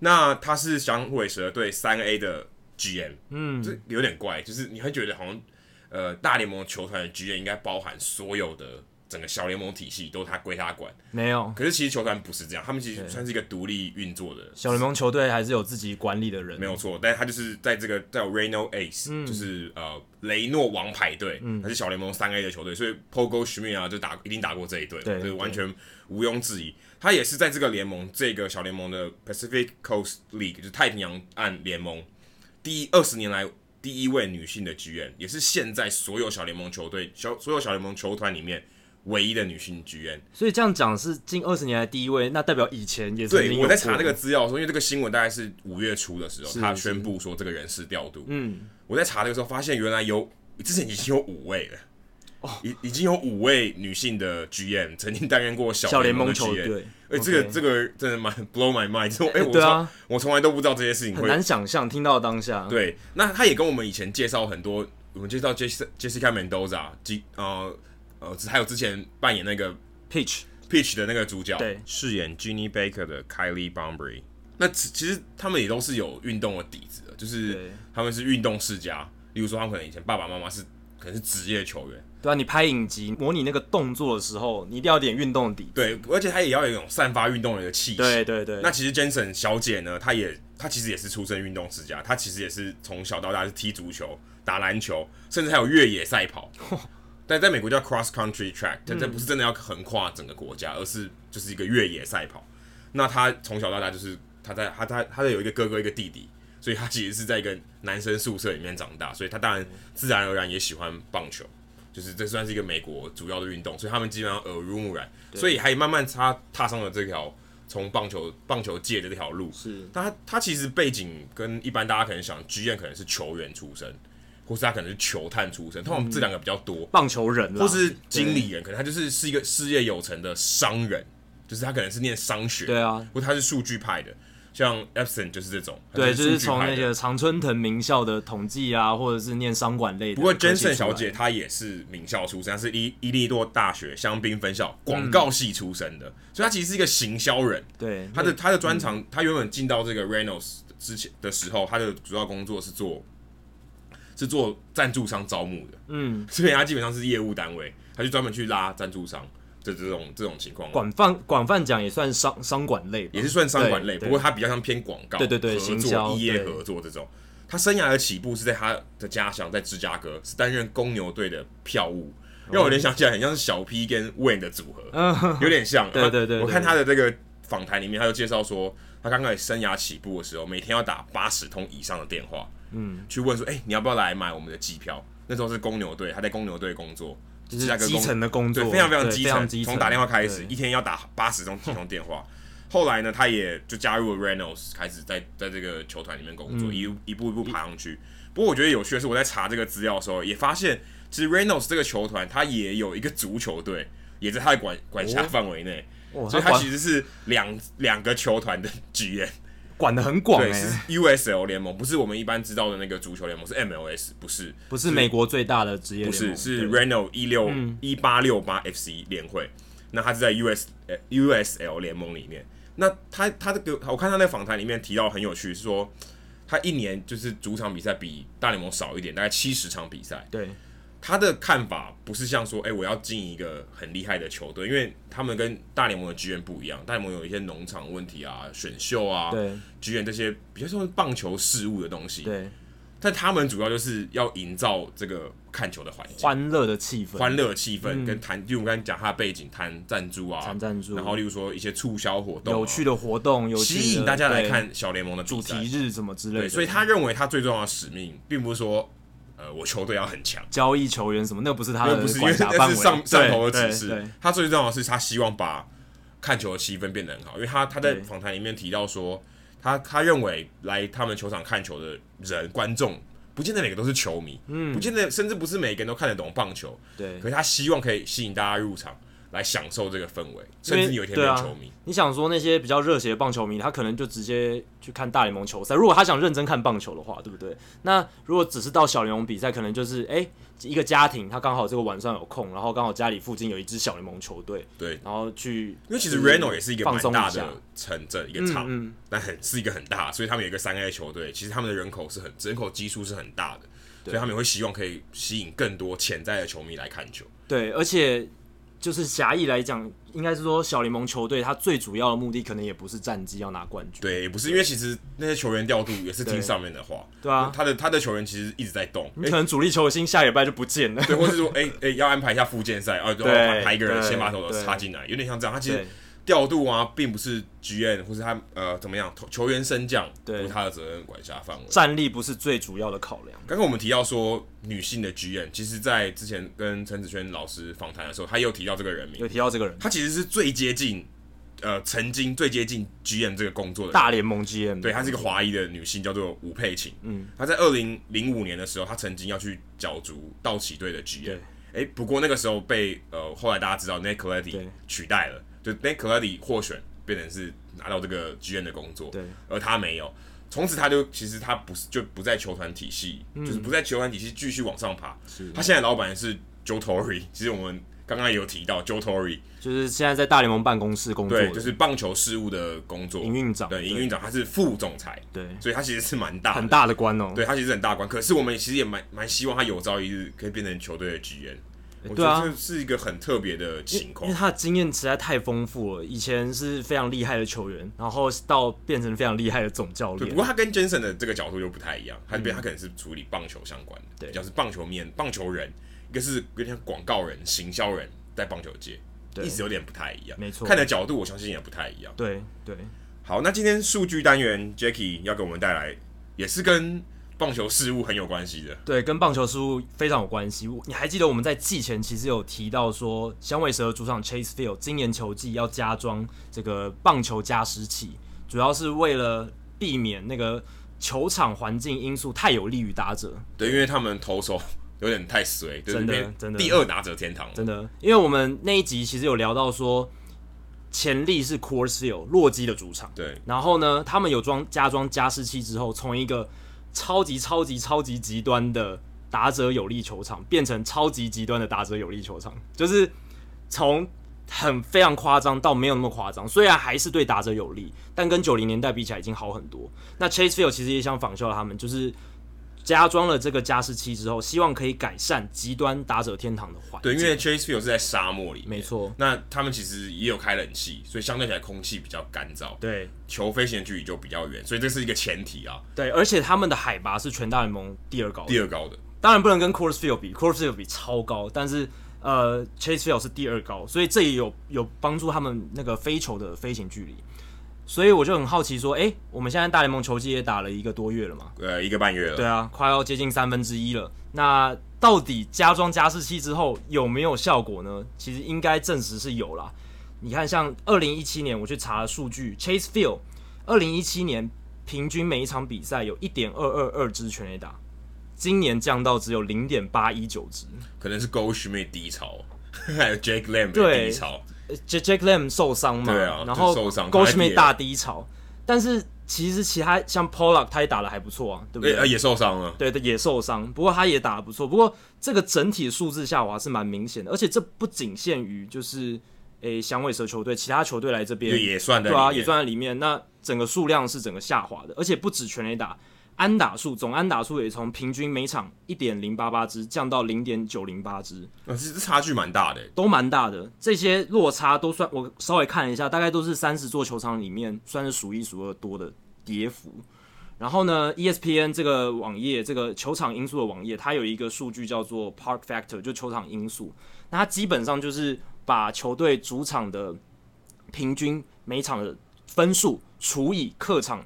Speaker 1: 那他是响尾蛇队三 A 的 GM，嗯，这有点怪，就是你会觉得好像呃大联盟球团的 GM 应该包含所有的整个小联盟体系都他归他管，
Speaker 2: 没有，
Speaker 1: 可是其实球团不是这样，他们其实算是一个独立运作的
Speaker 2: 小联盟球队还是有自己管理的人，嗯
Speaker 1: 没有错，但是他就是在这个叫 Reno Ace，、就是呃雷诺王牌队，他是小联盟三 A 的球队，所以 Pogo Schmidt 啊就打一定打过这一队，
Speaker 2: 对
Speaker 1: 就是完全毋庸置疑。他也是在这个联盟，这个小联盟的 Pacific Coast League，就是太平洋岸联盟，第二十年来第一位女性的 GM，也是现在所有小联盟球队、小所有小联盟球团里面唯一的女性 GM。
Speaker 2: 所以这样讲是近二十年来第一位，那代表以前也曾
Speaker 1: 对，
Speaker 2: 经
Speaker 1: 我
Speaker 2: 有
Speaker 1: 在查
Speaker 2: 过
Speaker 1: 这个资料的时候，因为这个新闻大概是五月初的时候，
Speaker 2: 是
Speaker 1: 他
Speaker 2: 是
Speaker 1: 宣布说这个人事调度。
Speaker 2: 嗯，
Speaker 1: 我在查的时候发现，原来有之前已经有五位了，哦，已已经有五位女性的 GM 曾经担任过小
Speaker 2: 小
Speaker 1: 联
Speaker 2: 联盟
Speaker 1: 的
Speaker 2: 球
Speaker 1: GM，
Speaker 2: 队，
Speaker 1: 哎，这个
Speaker 2: OK
Speaker 1: 这个真的蛮 blow my mind，这种 哎，我
Speaker 2: 对
Speaker 1: 从
Speaker 2: 啊，
Speaker 1: 我从来都不知道这些事情
Speaker 2: 很
Speaker 1: 会
Speaker 2: 难想象听到当下，
Speaker 1: 对，那他也跟我们以前介绍很多，我们介绍 Jessica Jessica Mendoza，及呃呃，还有之前扮演那个
Speaker 2: pitch
Speaker 1: Peach 的那个主角，
Speaker 2: 对
Speaker 1: 饰演 Ginny Baker 的 Kylie b o m b r y 那其其实他们也都是有运动的底子的，就是
Speaker 2: 对
Speaker 1: 他们是运动世家。例如说，他们可能以前爸爸妈妈是可能是职业球员，
Speaker 2: 对啊，你拍影集模拟那个动作的时候，你一定要有点运动底，
Speaker 1: 对，而且他也要有一种散发运动的一个气息。
Speaker 2: 对对对，
Speaker 1: 那其实 Jensen 小姐呢，她也她其实也是出身运动世家，她其实也是从小到大是踢足球、打篮球，甚至还有越野赛跑。但在美国叫 cross country track，但这不是真的要横跨整个国家，而是就是一个越野赛跑。那她从小到大就是她在她她她的有一个哥哥一个弟弟，所以她其实是在一个男生宿舍里面长大，所以她当然自然而然也喜欢棒球。就是这算是一个美国主要的运动，所以他们基本上耳濡目染，所以还慢慢踏踏上了这条从棒球棒球界的这条路。
Speaker 2: 是
Speaker 1: 但他他其实背景跟一般大家可能想，G M 可能是球员出身，或是他可能是球探出身，通常
Speaker 2: 嗯
Speaker 1: 这两个比较多，
Speaker 2: 棒球人啦，
Speaker 1: 或是经理人，可能他就是是一个事业有成的商人，就是他可能是念商学，
Speaker 2: 对啊，
Speaker 1: 或他是数据派的，像 Epson 就是这种，他
Speaker 2: 对，就是
Speaker 1: 数据
Speaker 2: 从
Speaker 1: 派
Speaker 2: 那
Speaker 1: 的
Speaker 2: 个常春藤名校的统计啊，或者是念商管类的。
Speaker 1: 不过 Jensen 小，姐她也是名校出身，她是伊伊利诺大学香槟分校
Speaker 2: 嗯
Speaker 1: 广告系出身的，所以她其实是一个行销人。
Speaker 2: 对，嗯
Speaker 1: 她的她的专长，她原本进到这个 Reynolds 之前的时候，她的主要工作是做是做赞助商招募的，
Speaker 2: 嗯，
Speaker 1: 所以她基本上是业务单位，她就专门去拉赞助商的这种这种情况。
Speaker 2: 广泛广泛讲也算商商管类吧，
Speaker 1: 也是算商管类，
Speaker 2: 对
Speaker 1: 不过他比较像偏广告，
Speaker 2: 对对对
Speaker 1: 合
Speaker 2: 行
Speaker 1: 作、
Speaker 2: 销
Speaker 1: 异业
Speaker 2: 对
Speaker 1: 合作这种。他生涯的起步是在他的家乡，在芝加哥，是担任公牛队的票务，让我联想起来很像是小 P 跟 Wayne 的组合，
Speaker 2: 哦嗯，
Speaker 1: 有点像。
Speaker 2: 对对对
Speaker 1: 我
Speaker 2: 对
Speaker 1: 看他的这个访谈里面，他就介绍说，他刚开始生涯起步的时候，每天要打八十通以上的电话，嗯，去问说，哎、你要不要来买我们的机票？那时候是公牛队，他在公牛队工作，
Speaker 2: 就
Speaker 1: 芝加
Speaker 2: 是
Speaker 1: 哥
Speaker 2: 基
Speaker 1: 公
Speaker 2: 层的工作，
Speaker 1: 对，非常非常
Speaker 2: 对
Speaker 1: 基
Speaker 2: 非
Speaker 1: 层，
Speaker 2: 基层，
Speaker 1: 从打电话开始，
Speaker 2: 对
Speaker 1: 一天要打八十通、几 通电话。后来呢，他也就加入了 Reynolds，开始在在这个球团里面工
Speaker 2: 嗯
Speaker 1: 作，一一步一步爬上去。不过我觉得有趣的是，我在查这个资料的时候，也发现其实 Reynolds 这个球团，他也有一个足球队，也在他的管管辖范围内，
Speaker 2: 哦哇
Speaker 1: 所以
Speaker 2: 他
Speaker 1: 他
Speaker 2: 管
Speaker 1: 其实是两两个球团的 GM，
Speaker 2: 管的很广
Speaker 1: 对，
Speaker 2: 哎
Speaker 1: 是，USL 联盟，不是我们一般知道的那个足球联盟，是 MLS，不是，
Speaker 2: 不是美国最大的职业
Speaker 1: 不
Speaker 2: 联盟，
Speaker 1: 是，是
Speaker 2: 对
Speaker 1: Reno 一六
Speaker 2: 嗯
Speaker 1: 一八六八 FC 联会，那他是在 US 呃 USL 联盟里面。那他他这个我看他那个访谈里面提到很有趣，是说他一年就是主场比赛比大联盟少一点，大概七十场比赛，
Speaker 2: 对
Speaker 1: 他的看法不是像说，哎、我要进一个很厉害的球队，因为他们跟大联盟的剧院不一样，大联盟有一些农场问题啊、选秀啊、
Speaker 2: 对
Speaker 1: 剧院这些比较像棒球事务的东西，
Speaker 2: 对，
Speaker 1: 但他们主要就是要营造这个看球的环境。
Speaker 2: 欢乐的气氛，嗯
Speaker 1: 欢乐气氛跟谈，例如我刚才讲他的背景，谈赞助啊，
Speaker 2: 谈赞助
Speaker 1: 然后例如说一些促销活动啊、
Speaker 2: 有趣的活动，有趣的
Speaker 1: 吸引大家来
Speaker 2: 对
Speaker 1: 看小联盟的主
Speaker 2: 主题日什么之类
Speaker 1: 对，
Speaker 2: 的，
Speaker 1: 所以他认为他最重要的使命，并不是说，呃，我球队要很强，
Speaker 2: 交易球员什么，那不是他
Speaker 1: 因为
Speaker 2: 的
Speaker 1: 不是因为
Speaker 2: 呃
Speaker 1: 那
Speaker 2: 管辖范围，
Speaker 1: 是上上
Speaker 2: 对
Speaker 1: 头的
Speaker 2: 对
Speaker 1: 指
Speaker 2: 对
Speaker 1: 示。他最重要的是，他希望把看球的气氛变得很好，因为他他在
Speaker 2: 对
Speaker 1: 访谈里面提到说，他他认为来他们球场看球的人观众，不见得每个都是球迷，嗯，不见得甚至不是每个人都看得懂棒球，
Speaker 2: 对
Speaker 1: 可是他希望可以吸引大家入场来享受这个氛围，甚
Speaker 2: 因
Speaker 1: 至
Speaker 2: 为
Speaker 1: 有一天
Speaker 2: 对
Speaker 1: 变
Speaker 2: 啊
Speaker 1: 球迷。
Speaker 2: 你想说那些比较热血的棒球迷，他可能就直接去看大联盟球赛。如果他想认真看棒球的话，对不对？那如果只是到小联盟比赛，可能就是哎、一个家庭，他刚好这个晚上有空，然后刚好家里附近有一支小联盟球队，
Speaker 1: 对，
Speaker 2: 然后去
Speaker 1: 因为其实
Speaker 2: 就是
Speaker 1: Reno 也是一个蛮
Speaker 2: 嗯放松
Speaker 1: 大
Speaker 2: 一下
Speaker 1: 的城镇，一个场，
Speaker 2: 嗯嗯
Speaker 1: 但很是一个很大，所以他们有一个三 A 球队，其实他们的人口是很人口基数是很大的，所以他们也会希望可以吸引更多潜在的球迷来看球。
Speaker 2: 对，而且就是狭义来讲，应该是说小联盟球队他最主要的目的可能也不是战绩要拿冠军，
Speaker 1: 对，也不是因为其实那些球员调度也是听
Speaker 2: 嗯对
Speaker 1: 上面的话，
Speaker 2: 对啊，嗯
Speaker 1: 他的他的球员其实一直在动，
Speaker 2: 你
Speaker 1: 诶
Speaker 2: 可能主力球星下礼拜就不见了。
Speaker 1: 对，或是说哎哎、诶要安排一下附件赛，啊，就
Speaker 2: 对
Speaker 1: 安排一个人
Speaker 2: 对
Speaker 1: 先把手
Speaker 2: 对
Speaker 1: 插进来，有点像这样。他其实
Speaker 2: 对
Speaker 1: 调度啊，并不是 GM 或是他呃怎么样投球员升降，
Speaker 2: 对
Speaker 1: 不是他的责任管辖范围。
Speaker 2: 战力不是最主要的考量，
Speaker 1: 刚刚我们提到说女性的 GM，其实在之前跟陈子轩老师访谈的时候，他也有提到这个人名，
Speaker 2: 有提到这个人，
Speaker 1: 他其实是最接近呃曾经最接近 GM 这个工作的人。
Speaker 2: 大联盟 GM，
Speaker 1: 对，她是一个华裔的女性，叫做吴佩琴。嗯，她在二零零五年的时候，她曾经要去角逐道奇队的 GM
Speaker 2: 对。
Speaker 1: 哎、不过那个时候被呃后来大家知道 Nick Colletti
Speaker 2: 对
Speaker 1: 取代了，就 Nick Colletti 获选，变成是拿到这个 GM 的工作。
Speaker 2: 对，
Speaker 1: 而他没有。从此他就其实他不是就不在球团体系，
Speaker 2: 嗯
Speaker 1: 就是不在球团体系继续往上爬。他现在老板是 Joe Torre，其实我们刚刚也有提到 Joe Torre，
Speaker 2: 就是现在在大联盟办公室工作的，
Speaker 1: 对，就是棒球事务的工作
Speaker 2: 营运长，
Speaker 1: 对营运长，他是副总裁，
Speaker 2: 对，
Speaker 1: 所以他其实是蛮大的
Speaker 2: 很，大的官哦，
Speaker 1: 对他其实很大官。可是我们其实也蛮蛮希望他有朝一日可以变成球队的 GM，我觉
Speaker 2: 对啊
Speaker 1: 得这是一个很特别的情
Speaker 2: 因
Speaker 1: 况
Speaker 2: 为。他的经验实在太丰富了，以前是非常厉害的球员，然后到变成非常厉害的总教
Speaker 1: 对，
Speaker 2: 练
Speaker 1: 不，过他跟 Jensen 的这个角度又不太一样，他这边他可能是处理棒球相关的，
Speaker 2: 嗯对
Speaker 1: 比较是棒球面棒球人，一个是有点像广告人、行销人，在棒球界，
Speaker 2: 对
Speaker 1: 一直有点不太一样，
Speaker 2: 没错
Speaker 1: 看的角度我相信也不太一样。
Speaker 2: 对对
Speaker 1: 好，那今天数据单元 Jacky 要给我们带来，也是跟棒球事务很有关系的，
Speaker 2: 对，跟棒球事务非常有关系。我你还记得我们在季前其实有提到说，响尾蛇主场 Chase Field 今年球季要加装这个棒球加湿器，主要是为了避免那个球场环境因素太有利于打者，
Speaker 1: 对，因为他们投手 有点太衰，就是
Speaker 2: 真的
Speaker 1: 变
Speaker 2: 真的
Speaker 1: 第二打者天堂了，
Speaker 2: 真的，因为我们那一集其实有聊到说，潜力是 Coors Field 洛基的主场，
Speaker 1: 对，
Speaker 2: 然后呢，他们有装加装加湿器之后，从一个超级超级超级极端的打者有利球场，变成超级极端的打者有利球场，就是从很非常夸张到没有那么夸张，虽然还是对打者有利，但跟九零年代比起来已经好很多。那 Chase Field 其实也想仿效他们，就是加装了这个加湿器之后，希望可以改善极端打者天堂的环境。
Speaker 1: 对，因为 Chase Field 是在沙漠里面，
Speaker 2: 没错，
Speaker 1: 那他们其实也有开冷气，所以相对起来空气比较干燥，
Speaker 2: 对
Speaker 1: 球飞行的距离就比较远，所以这是一个前提啊，
Speaker 2: 对，而且他们的海拔是全大联盟第二高的
Speaker 1: 第二高的。
Speaker 2: 当然不能跟 Coors Field 比，Coors Field 比超高，但是呃 Chase Field 是第二高，所以这也有有帮助他们那个飞球的飞行距离。所以我就很好奇说，诶，我们现在大联盟球季也打了一个多月了嘛？
Speaker 1: 呃，一个半月了。
Speaker 2: 对啊，快要接近三分之一了。那到底加装加湿器之后有没有效果呢？其实应该证实是有啦。你看，像二零一七年我去查了数据，Chase Field 二零一七年平均每一场比赛有一点二二二支全垒打，今年降到只有零点八一九支。
Speaker 1: 可能是 Go Schmidt 低潮， 还有 Jake Lamb 的
Speaker 2: 对
Speaker 1: 低潮，
Speaker 2: J Jack 呃 Lamb 受伤嘛，
Speaker 1: 对啊
Speaker 2: 然后
Speaker 1: 就受伤
Speaker 2: g o
Speaker 1: 他
Speaker 2: s
Speaker 1: 在
Speaker 2: h m i
Speaker 1: 跌
Speaker 2: t 大低潮，但是其实其他像 Pollock 他也打的还不错啊，对不
Speaker 1: 对，
Speaker 2: 对？
Speaker 1: 呃，也受伤了。
Speaker 2: 对的，也受伤，不过他也打得不错。不过这个整体数字下滑是蛮明显的，而且这不仅限于就是诶响尾蛇球队，其他球队来这边
Speaker 1: 也也算在
Speaker 2: 对
Speaker 1: 里
Speaker 2: 啊，
Speaker 1: 面
Speaker 2: 也算在里面。那整个数量是整个下滑的，而且不止全垒打，安打数总安打数也从平均每场一点零八八支降到零点九零八支，
Speaker 1: 呃，其实差距蛮大的、
Speaker 2: 都蛮大的。这些落差都算，我稍微看了一下，大概都是三十座球场里面算是数一数二多的跌幅。然后呢，ESPN ，E 这个网页，这个球场因素的网页，它有一个数据叫做 Park Factor，就球场因素。那它基本上就是把球队主场的平均每场的分数除以客场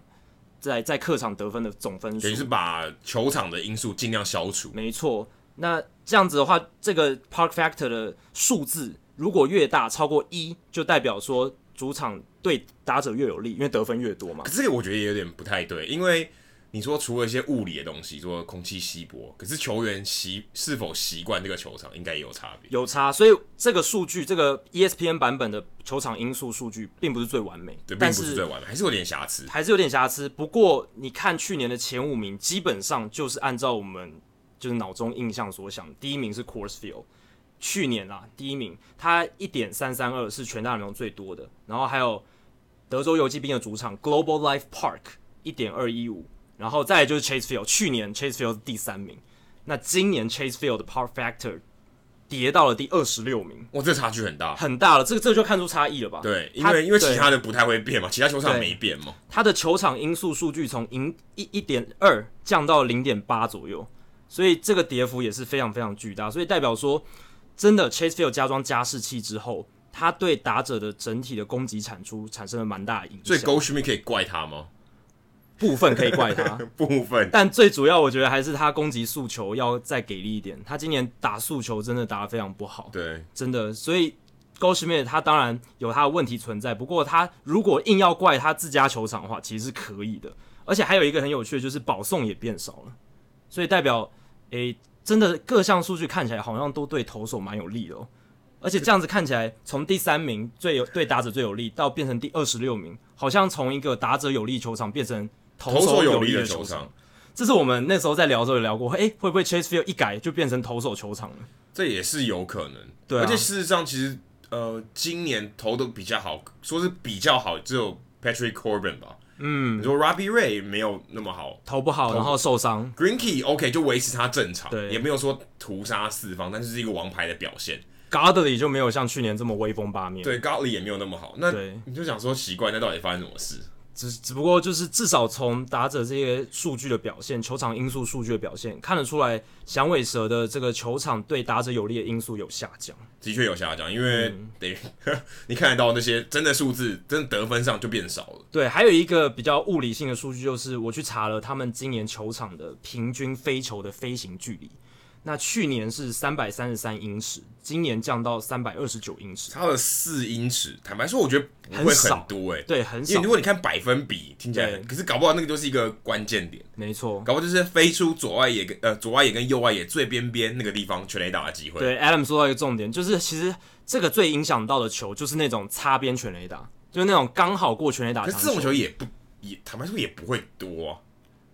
Speaker 2: 在在客场得分的总分数，
Speaker 1: 等于是把球场的因素尽量消除。
Speaker 2: 没错，那这样子的话，这个 Park Factor 的数字如果越大，超过一，就代表说主场对打者越有利，因为得分越多嘛
Speaker 1: 可。是这个我觉得也有点不太对，因为你说除了一些物理的东西，说空气稀薄，可是球员习是否习惯这个球场，应该也有差别。
Speaker 2: 有差，所以这个数据，这个 E ESPN 版本的球场因素数据并不是最完美，
Speaker 1: 对，并
Speaker 2: 但
Speaker 1: 不是最完美，还是有点瑕疵。
Speaker 2: 还是有点瑕疵。不过你看去年的前五名，基本上就是按照我们就是脑中印象所想，第一名是 Coors Field，去年啦第一名，他一点三三二是全大联盟最多的，然后还有德州游骑兵的主场 Global Life Park 一点二一五，然后再来就是 Chase Field，去年 Chase Field 是第三名，那今年 Chase Field 的 Power Factor 跌到了第二十六名，
Speaker 1: 哇，这差距很大。
Speaker 2: 很大了，这个这个就看出差异了吧？
Speaker 1: 对，因
Speaker 2: 他
Speaker 1: 为因为其
Speaker 2: 对
Speaker 1: 他的不太会变嘛，其他球场
Speaker 2: 对
Speaker 1: 没变嘛。
Speaker 2: 它的球场因素数据从零一一点二降到零点八左右，所以这个跌幅也是非常非常巨大，所以代表说，真的 Chase Field 加装加湿器之后，它对打者的整体的攻击产出产生了蛮大的影响。
Speaker 1: 所以 g o s h m i 可以怪他吗？
Speaker 2: 部分可以怪它，
Speaker 1: 部分
Speaker 2: 但最主要我觉得还是他攻击速球要再给力一点。他今年打速球真的打得非常不好，
Speaker 1: 对，
Speaker 2: 真的，所以 g o s h m i 他当然有他的问题存在，不过他如果硬要怪他自家球场的话，其实是可以的。而且还有一个很有趣的就是保送也变少了，所以代表诶、真的各项数据看起来好像都对投手蛮有利的哦。而且这样子看起来，从第三名最有对打者最有利，到变成第二十六名，好像从一个打者有利球场变成投
Speaker 1: 投手
Speaker 2: 有
Speaker 1: 有
Speaker 2: 利
Speaker 1: 利
Speaker 2: 的
Speaker 1: 的
Speaker 2: 球
Speaker 1: 球
Speaker 2: 场
Speaker 1: 场。，
Speaker 2: 这是我们那时候在聊的时候有聊过，诶、会不会 Chase Field 一改就变成投手球场了？
Speaker 1: 这也是有可能。
Speaker 2: 对啊
Speaker 1: 而且事实上，其实呃，今年投的比较好，说是比较好，只有 Patrick Corbin 吧。嗯，你说 Robbie Ray 没有那么好
Speaker 2: 投不好，然后受伤，
Speaker 1: ，Greenkey OK 就维持他正常，
Speaker 2: 对
Speaker 1: 也没有说屠杀四方，但是是一个王牌的表现。
Speaker 2: Godley 就没有像去年这么威风八面，，
Speaker 1: 对 g o t l y 也没有那么好，那
Speaker 2: 对
Speaker 1: 你就想说奇怪，那到底发生什么事？
Speaker 2: 只只不过就是至少从打者这些数据的表现、球场因素数据的表现看得出来，响尾蛇的这个球场对打者有利的因素有下降。
Speaker 1: 的确有下降，因为
Speaker 2: 嗯
Speaker 1: 等于、你看得到那些真的数字，真的得分上就变少了。
Speaker 2: 对，还有一个比较物理性的数据就是，我去查了他们今年球场的平均飞球的飞行距离，那去年是三百三十三英尺，今年降到三百二十九英尺，
Speaker 1: 差了四英尺，坦白说，我觉得不会
Speaker 2: 很少
Speaker 1: 很多哎、欸
Speaker 2: 对，很
Speaker 1: 因
Speaker 2: 少
Speaker 1: 为如，果你看百分比，听起来很，
Speaker 2: 对
Speaker 1: 可是搞不好那个就是一个关键点，
Speaker 2: 没错。
Speaker 1: 搞不好就是飞出左外野跟呃左外野跟右外野最边边那个地方全垒打的机会。
Speaker 2: 对，Adam 说到一个重点，就是其实这个最影响到的球就是那种擦边全垒打，就是那种刚好过全垒打
Speaker 1: 可
Speaker 2: 墙
Speaker 1: 是
Speaker 2: 球。
Speaker 1: 这种球也不也坦白说也不会多、啊，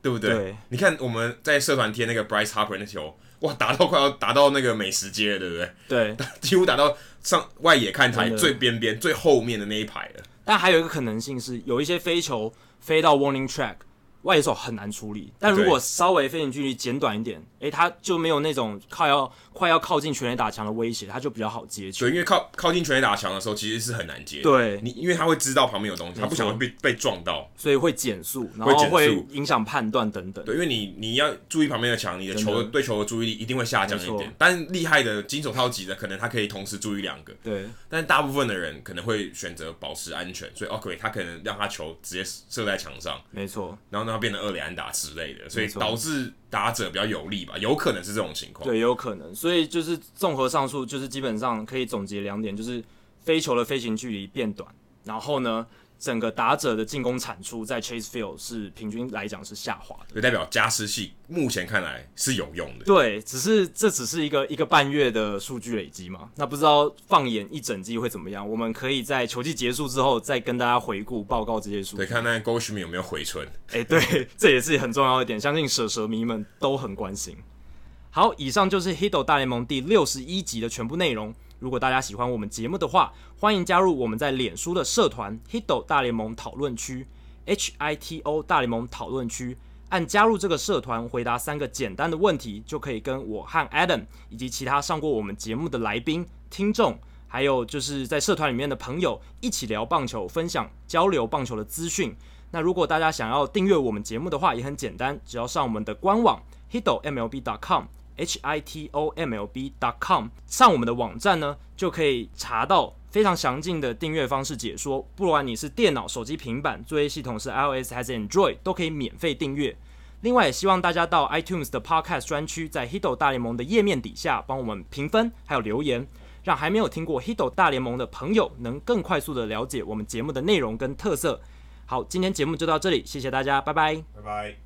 Speaker 1: 对不对？
Speaker 2: 对
Speaker 1: 你看我们在社团贴那个 Bryce Harper 那球，哇，打到快要打到那个美食街了，对不对？
Speaker 2: 对，
Speaker 1: 几乎打到上外野看台
Speaker 2: 真的
Speaker 1: 最边边最后面的那一排了。
Speaker 2: 但还有一个可能性是，有一些飞球飞到 warning track，外野手很难处理。但如果稍微飞行距离减短一点，诶，他就没有那种快要快要靠近全垒打墙的威胁，他就比较好接球
Speaker 1: 对，。因为靠靠近全垒打墙的时候，其实是很难接的。
Speaker 2: 对
Speaker 1: 你，因为他会知道旁边有东西，他不想
Speaker 2: 没
Speaker 1: 会
Speaker 2: 错
Speaker 1: 被被撞到。
Speaker 2: 所以会减速，然
Speaker 1: 会减
Speaker 2: 后
Speaker 1: 速
Speaker 2: 会影响判断等等。
Speaker 1: 对，因为你你要注意旁边的墙，你的球
Speaker 2: 真
Speaker 1: 的
Speaker 2: 的
Speaker 1: 对球的注意力一定会下降一
Speaker 2: 没
Speaker 1: 点
Speaker 2: 错。
Speaker 1: 但厉害的金手套级的，可能他可以同时注意两个，
Speaker 2: 对
Speaker 1: 但大部分的人可能会选择保持安全，所以 OK，他可能让他球直接射在墙上，
Speaker 2: 没错，
Speaker 1: 然后让他变成二垒安打之类的，所以
Speaker 2: 没错
Speaker 1: 导致打者比较有利吧，有可能是这种情况。
Speaker 2: 对，有可能。所以就是综合上述，就是基本上可以总结两点，就是飞球的飞行距离变短，然后呢，整个打者的进攻产出在 Chase Field 是平均来讲是下滑的。
Speaker 1: 所以代表加湿器目前看来是有用的。
Speaker 2: 对，只是这只是一个一个半月的数据累积嘛，那不知道放眼一整季会怎么样？我们可以在球季结束之后再跟大家回顾报告这些数
Speaker 1: 对，
Speaker 2: 据。
Speaker 1: 看那 g o s h m i 有没有回春。
Speaker 2: 哎、对， 这也是很重要一点，相信蛇蛇迷们都很关心。好，以上就是《Hiddle 大联盟》第六十一集的全部内容。如果大家喜欢我们节目的话，欢迎加入我们在脸书的社团 “Hiddle 大联盟讨论区 ”（H I T O 大联盟讨论区），按加入这个社团回答三个简单的问题，就可以跟我和 Adam 以及其他上过我们节目的来宾、听众，还有就是在社团里面的朋友一起聊棒球，分享交流棒球的资讯。那如果大家想要订阅我们节目的话，也很简单，只要上我们的官网 hitomlb.com h i t o m l b.com 上我们的网站呢，就可以查到非常详尽的订阅方式解说。不管你是电脑、手机、平板，作业系统是 iOS 还是 Android，都可以免费订阅。另外，也希望大家到 iTunes 的 Podcast 专区，在 Hido 大联盟的页面底下帮我们评分，还有留言，让还没有听过 Hido 大联盟的朋友能更快速的了解我们节目的内容跟特色。好，今天节目就到这里，谢谢大家，拜拜。
Speaker 1: 拜拜。